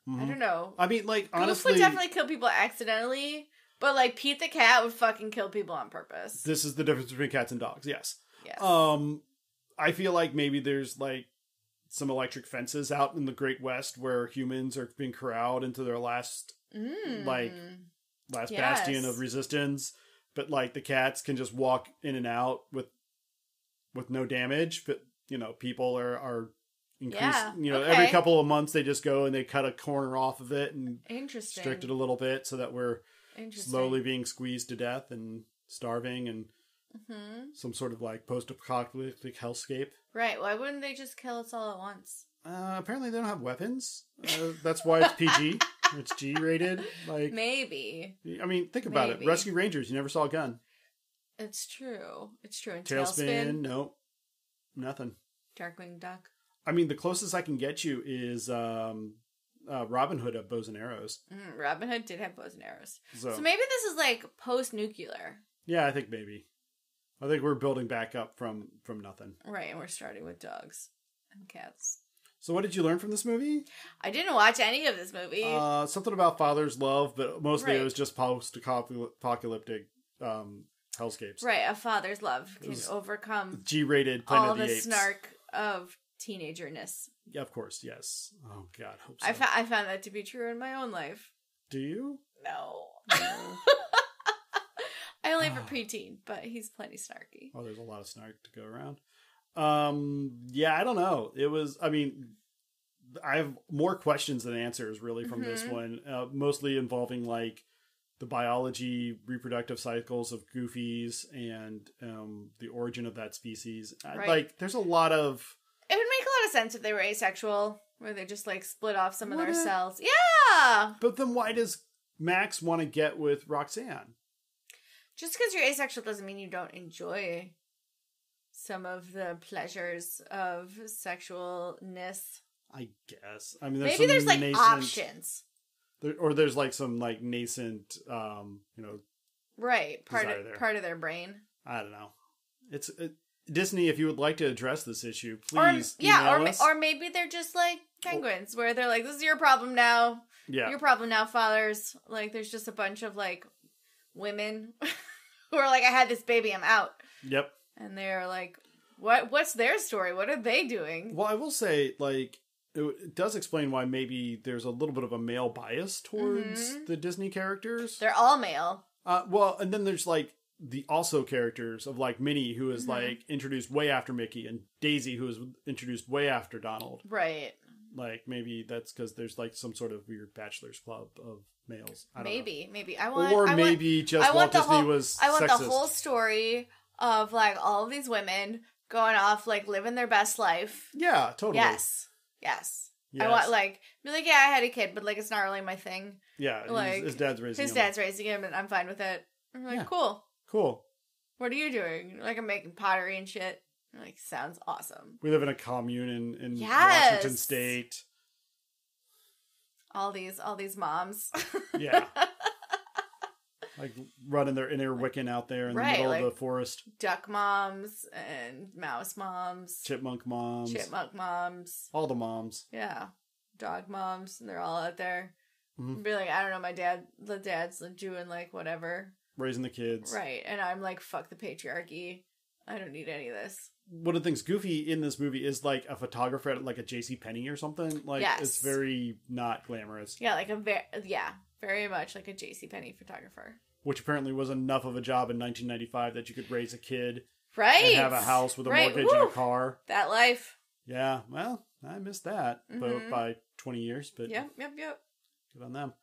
[SPEAKER 2] I
[SPEAKER 1] Mhm.
[SPEAKER 2] don't know.
[SPEAKER 1] I mean, like honestly,
[SPEAKER 2] Goof would definitely kill people accidentally, but like Pete the cat would fucking kill people on purpose.
[SPEAKER 1] this is the difference between cats and dogs. Yes.
[SPEAKER 2] yes.
[SPEAKER 1] Um, I feel like maybe there's like some electric fences out in the Great West where humans are being corralled into their last
[SPEAKER 2] Mm.
[SPEAKER 1] like, last
[SPEAKER 2] Yes.
[SPEAKER 1] bastion of resistance, but like the cats can just walk in and out with with no damage. But you know, people are are increasing.
[SPEAKER 2] Yeah,
[SPEAKER 1] You know, every
[SPEAKER 2] okay.
[SPEAKER 1] couple of months they just go and they cut a corner off of it and
[SPEAKER 2] interesting.
[SPEAKER 1] restrict it a little bit so that we're
[SPEAKER 2] interesting.
[SPEAKER 1] slowly being squeezed to death and starving and
[SPEAKER 2] Mhm.
[SPEAKER 1] some sort of like post-apocalyptic hellscape.
[SPEAKER 2] Right. Why wouldn't they just kill us all at once?
[SPEAKER 1] Uh, apparently, they don't have weapons. Uh, that's why it's PG. it's G-rated. Like,
[SPEAKER 2] Maybe
[SPEAKER 1] I mean, think about
[SPEAKER 2] Maybe.
[SPEAKER 1] it. Rescue Rangers. You never saw a gun.
[SPEAKER 2] it's true. It's true. And
[SPEAKER 1] Tailspin.
[SPEAKER 2] Tailspin,
[SPEAKER 1] No, nothing.
[SPEAKER 2] Darkwing Duck.
[SPEAKER 1] I mean, the closest I can get you is um, uh, Robin Hood of bows and arrows.
[SPEAKER 2] Mm, Robin Hood did have bows and arrows.
[SPEAKER 1] So,
[SPEAKER 2] So maybe this is like post nuclear,
[SPEAKER 1] yeah, I think maybe. I think we're building back up from from nothing.
[SPEAKER 2] right? And we're starting with dogs and cats.
[SPEAKER 1] So, what did you learn from this movie?
[SPEAKER 2] I didn't watch any of this movie.
[SPEAKER 1] Uh, something about father's love, but mostly
[SPEAKER 2] Right.
[SPEAKER 1] it was just post-apocalyptic um, hellscapes.
[SPEAKER 2] right, a father's love can
[SPEAKER 1] was-
[SPEAKER 2] overcome
[SPEAKER 1] G-rated Planet
[SPEAKER 2] all
[SPEAKER 1] of the,
[SPEAKER 2] the,
[SPEAKER 1] Apes.
[SPEAKER 2] snark of teenagerness.
[SPEAKER 1] Yeah, of course, yes. Oh God, hope so.
[SPEAKER 2] I, fa- I found that to be true in my own life.
[SPEAKER 1] Do you?
[SPEAKER 2] No,
[SPEAKER 1] No.
[SPEAKER 2] I only have a preteen, but he's plenty snarky.
[SPEAKER 1] oh, there's a lot of snark to go around. Um, yeah, I don't know. It was. I mean, I have more questions than answers really from this
[SPEAKER 2] Mhm.
[SPEAKER 1] one, uh, mostly involving like the biology, reproductive cycles of goofies, and um, the origin of that species. I-
[SPEAKER 2] Right.
[SPEAKER 1] Like, there's a lot of.
[SPEAKER 2] It would make a lot of sense if they were asexual, where they just like split off some of
[SPEAKER 1] Would
[SPEAKER 2] their
[SPEAKER 1] it?
[SPEAKER 2] cells. Yeah,
[SPEAKER 1] But then, why does Max want to get with Roxanne?
[SPEAKER 2] Just because you're asexual doesn't mean you don't enjoy some of the pleasures of sexualness.
[SPEAKER 1] I guess. I mean, there's
[SPEAKER 2] Maybe there's
[SPEAKER 1] some
[SPEAKER 2] like
[SPEAKER 1] nascent-
[SPEAKER 2] options.
[SPEAKER 1] there, or there's like some like nascent um you know
[SPEAKER 2] Right. Part
[SPEAKER 1] Desire
[SPEAKER 2] of,
[SPEAKER 1] there.
[SPEAKER 2] part of their brain.
[SPEAKER 1] i don't know it's it, disney if you would like to address this issue please
[SPEAKER 2] or yeah, or
[SPEAKER 1] email
[SPEAKER 2] ma-
[SPEAKER 1] us.
[SPEAKER 2] or maybe they're just like penguins where they're like this is your problem now.
[SPEAKER 1] yeah
[SPEAKER 2] Your problem now, fathers. Like there's just a bunch of like women who are like I had this baby, I'm out.
[SPEAKER 1] yep
[SPEAKER 2] And they're like what what's their story? What are they doing?
[SPEAKER 1] well i will say like it, it does explain why maybe there's a little bit of a male bias towards
[SPEAKER 2] Mhm.
[SPEAKER 1] the disney characters
[SPEAKER 2] They're all male.
[SPEAKER 1] uh well and then there's like the also characters of like minnie who is,
[SPEAKER 2] Mhm.
[SPEAKER 1] like introduced way after mickey and daisy who is introduced way after donald
[SPEAKER 2] Right.
[SPEAKER 1] like maybe that's because there's like some sort of weird bachelor's club of males I don't know.
[SPEAKER 2] Maybe, maybe I want
[SPEAKER 1] or
[SPEAKER 2] I want-
[SPEAKER 1] maybe just
[SPEAKER 2] I want
[SPEAKER 1] Walt
[SPEAKER 2] the
[SPEAKER 1] Disney
[SPEAKER 2] whole-
[SPEAKER 1] was
[SPEAKER 2] I want
[SPEAKER 1] sexist.
[SPEAKER 2] the whole story of like all of these women going off like living their best life.
[SPEAKER 1] Yeah, totally.
[SPEAKER 2] Yes. Yes. I
[SPEAKER 1] Yes.
[SPEAKER 2] want like be like, yeah, I had a kid, but like it's not really my thing.
[SPEAKER 1] yeah, his-
[SPEAKER 2] like,
[SPEAKER 1] his, dad's raising
[SPEAKER 2] His
[SPEAKER 1] him.
[SPEAKER 2] dad's raising him and I'm fine with it. I'm like,
[SPEAKER 1] Yeah.
[SPEAKER 2] cool.
[SPEAKER 1] Cool.
[SPEAKER 2] What are you doing? Like I'm making pottery and shit. I'm like, sounds awesome.
[SPEAKER 1] We live in a commune in, in
[SPEAKER 2] Yes.
[SPEAKER 1] Washington State.
[SPEAKER 2] All these all these moms.
[SPEAKER 1] Yeah. like running their inner Wiccan out there in
[SPEAKER 2] Right,
[SPEAKER 1] the middle
[SPEAKER 2] like-
[SPEAKER 1] of the forest.
[SPEAKER 2] Duck moms and mouse moms.
[SPEAKER 1] Chipmunk moms.
[SPEAKER 2] Chipmunk moms.
[SPEAKER 1] All the moms.
[SPEAKER 2] Yeah. Dog moms, and they're all out there.
[SPEAKER 1] Mhm.
[SPEAKER 2] Be like, I don't know, my dad, the dad's doing like whatever.
[SPEAKER 1] Raising the kids.
[SPEAKER 2] Right. And I'm like, fuck the patriarchy. I don't need any of this.
[SPEAKER 1] One of the things goofy in this movie is like a photographer at like a JC Penney or something. Like
[SPEAKER 2] Yes.
[SPEAKER 1] it's very not glamorous.
[SPEAKER 2] Yeah, like a very, yeah, very much like a J.C. Penney photographer.
[SPEAKER 1] Which apparently was enough of a job in nineteen ninety five that you could raise a kid
[SPEAKER 2] Right.
[SPEAKER 1] and have a house with a
[SPEAKER 2] Right,
[SPEAKER 1] mortgage and
[SPEAKER 2] woo.
[SPEAKER 1] a car.
[SPEAKER 2] That life.
[SPEAKER 1] Yeah, well, I missed that
[SPEAKER 2] Mhm.
[SPEAKER 1] but by twenty years, but
[SPEAKER 2] Yep, yep, yep.
[SPEAKER 1] good on them.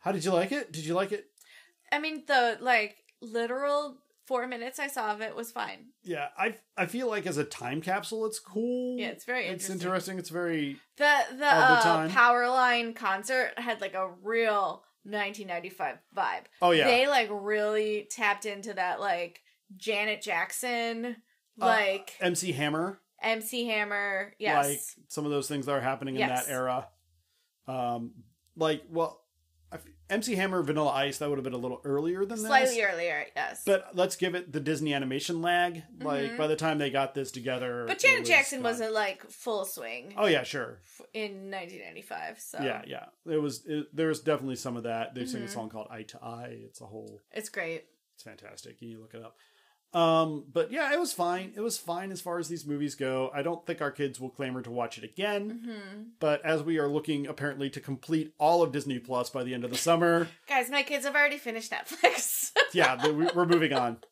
[SPEAKER 1] How did you like it? Did you like it?
[SPEAKER 2] I mean, the like literal four minutes I saw of it was fine.
[SPEAKER 1] Yeah, I I feel like as a time capsule, it's cool.
[SPEAKER 2] Yeah, it's very
[SPEAKER 1] it's
[SPEAKER 2] interesting.
[SPEAKER 1] interesting. It's very
[SPEAKER 2] The the,
[SPEAKER 1] Of the
[SPEAKER 2] uh,
[SPEAKER 1] time.
[SPEAKER 2] Powerline concert had like a real 1995 vibe.
[SPEAKER 1] oh yeah.
[SPEAKER 2] They like really tapped into that like Janet Jackson,
[SPEAKER 1] Uh,
[SPEAKER 2] like
[SPEAKER 1] MC Hammer,
[SPEAKER 2] MC Hammer. Yes.
[SPEAKER 1] like some of those things that are happening in
[SPEAKER 2] Yes.
[SPEAKER 1] that era. Um, like well, I f MC Hammer, Vanilla Ice, that would have been a little earlier than
[SPEAKER 2] Slightly
[SPEAKER 1] this.
[SPEAKER 2] earlier, yes. But,
[SPEAKER 1] But let's give it the Disney animation lag. Like
[SPEAKER 2] Mhm.
[SPEAKER 1] by the time they got this together, it
[SPEAKER 2] Janet
[SPEAKER 1] was
[SPEAKER 2] Jackson
[SPEAKER 1] gone.
[SPEAKER 2] wasn't like full swing
[SPEAKER 1] Oh yeah, sure.
[SPEAKER 2] f- in 1995, so
[SPEAKER 1] Yeah, yeah. It was. It, there was definitely some of that. They sing a
[SPEAKER 2] Mhm.
[SPEAKER 1] song called "Eye to Eye." It's a whole.
[SPEAKER 2] it's great.
[SPEAKER 1] It's fantastic. You need to look it up. Um, but yeah, it was fine. It was fine as far as these movies go. I don't think our kids will clamor to watch it again.
[SPEAKER 2] hmm
[SPEAKER 1] But as we are looking apparently to complete all of Disney Plus by the end of the summer,
[SPEAKER 2] Guys, my kids have already finished Netflix.
[SPEAKER 1] yeah, th- we- we're moving on.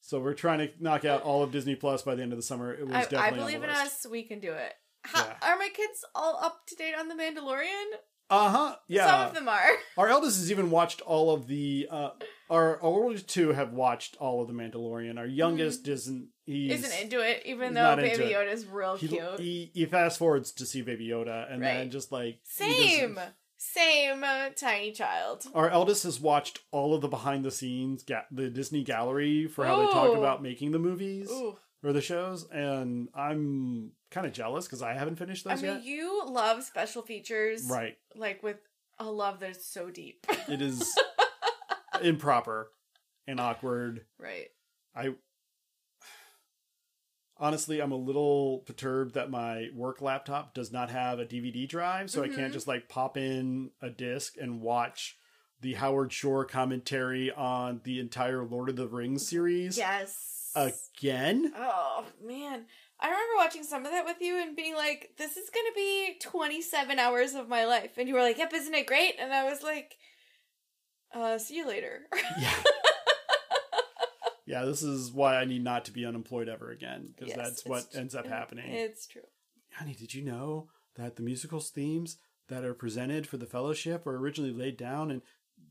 [SPEAKER 1] So we're trying to knock out all of Disney Plus by the end of the summer. It was
[SPEAKER 2] I,
[SPEAKER 1] definitely
[SPEAKER 2] I
[SPEAKER 1] on the
[SPEAKER 2] believe in
[SPEAKER 1] list.
[SPEAKER 2] us. We can do it. How,
[SPEAKER 1] Yeah.
[SPEAKER 2] Are my kids all up to date on The Mandalorian?
[SPEAKER 1] Uh huh. Yeah.
[SPEAKER 2] Some of them are.
[SPEAKER 1] Our eldest has even watched all of the. Uh, our, our oldest two have watched all of the Mandalorian. Our youngest isn't. He's,
[SPEAKER 2] Mm-hmm. Isn't into it, even
[SPEAKER 1] he's
[SPEAKER 2] though
[SPEAKER 1] not into
[SPEAKER 2] Baby
[SPEAKER 1] it.
[SPEAKER 2] Yoda's real
[SPEAKER 1] He,
[SPEAKER 2] cute.
[SPEAKER 1] he, he fast forwards to see Baby Yoda, and then
[SPEAKER 2] Right.
[SPEAKER 1] just like he
[SPEAKER 2] Same,
[SPEAKER 1] doesn't-
[SPEAKER 2] same uh, tiny child.
[SPEAKER 1] our eldest has watched all of the behind the scenes, ga- the Disney gallery for how they
[SPEAKER 2] Ooh.
[SPEAKER 1] talk about making the movies
[SPEAKER 2] Ooh,
[SPEAKER 1] or the shows, and I'm kind of jealous because I haven't finished
[SPEAKER 2] I
[SPEAKER 1] those
[SPEAKER 2] mean, you love special features,
[SPEAKER 1] yet. Right,
[SPEAKER 2] Like with a love that's so deep,
[SPEAKER 1] it is improper and awkward.
[SPEAKER 2] right?
[SPEAKER 1] I honestly, I'm a little perturbed that my work laptop does not have a DVD drive, so I
[SPEAKER 2] Mhm.
[SPEAKER 1] can't just like pop in a disc and watch the Howard Shore commentary on the entire Lord of the Rings series
[SPEAKER 2] Yes.
[SPEAKER 1] again.
[SPEAKER 2] oh man, I remember watching some of that with you and being like, "This is gonna be 27 hours of my life," and you were like, "Yep, isn't it great?" And I was like, "Uh, see you later."
[SPEAKER 1] Yeah. Yeah, this is why I need not to be unemployed ever again because
[SPEAKER 2] Yes,
[SPEAKER 1] that's
[SPEAKER 2] it's
[SPEAKER 1] what
[SPEAKER 2] tr-
[SPEAKER 1] ends up happening.
[SPEAKER 2] It's true.
[SPEAKER 1] Honey, did you know that the musicals themes that are presented for the fellowship were originally laid down and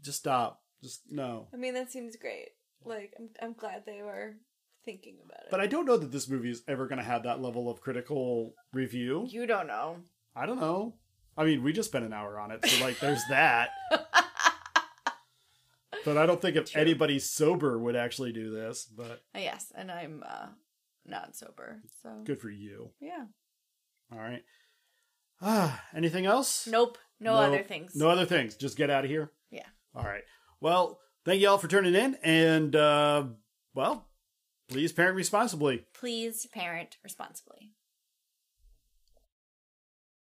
[SPEAKER 1] just stop. Just no.
[SPEAKER 2] I mean, that seems great. Like, I'm, I'm glad they were thinking about it.
[SPEAKER 1] But I don't know that this movie is ever going to have that level of critical review.
[SPEAKER 2] you don't know.
[SPEAKER 1] I don't know. I mean, we just spent an hour on it, so like, there's that. but I don't think if
[SPEAKER 2] True.
[SPEAKER 1] anybody sober would actually do this. But
[SPEAKER 2] Uh, Yes, and I'm uh, not sober, so
[SPEAKER 1] good for you.
[SPEAKER 2] yeah.
[SPEAKER 1] All right. Ah, anything else?
[SPEAKER 2] Nope, no,
[SPEAKER 1] No-
[SPEAKER 2] other things.
[SPEAKER 1] No other things. Just get out of here.
[SPEAKER 2] Yeah.
[SPEAKER 1] All right. Well, thank you all for tuning in, and uh, well, please parent responsibly.
[SPEAKER 2] Please parent responsibly.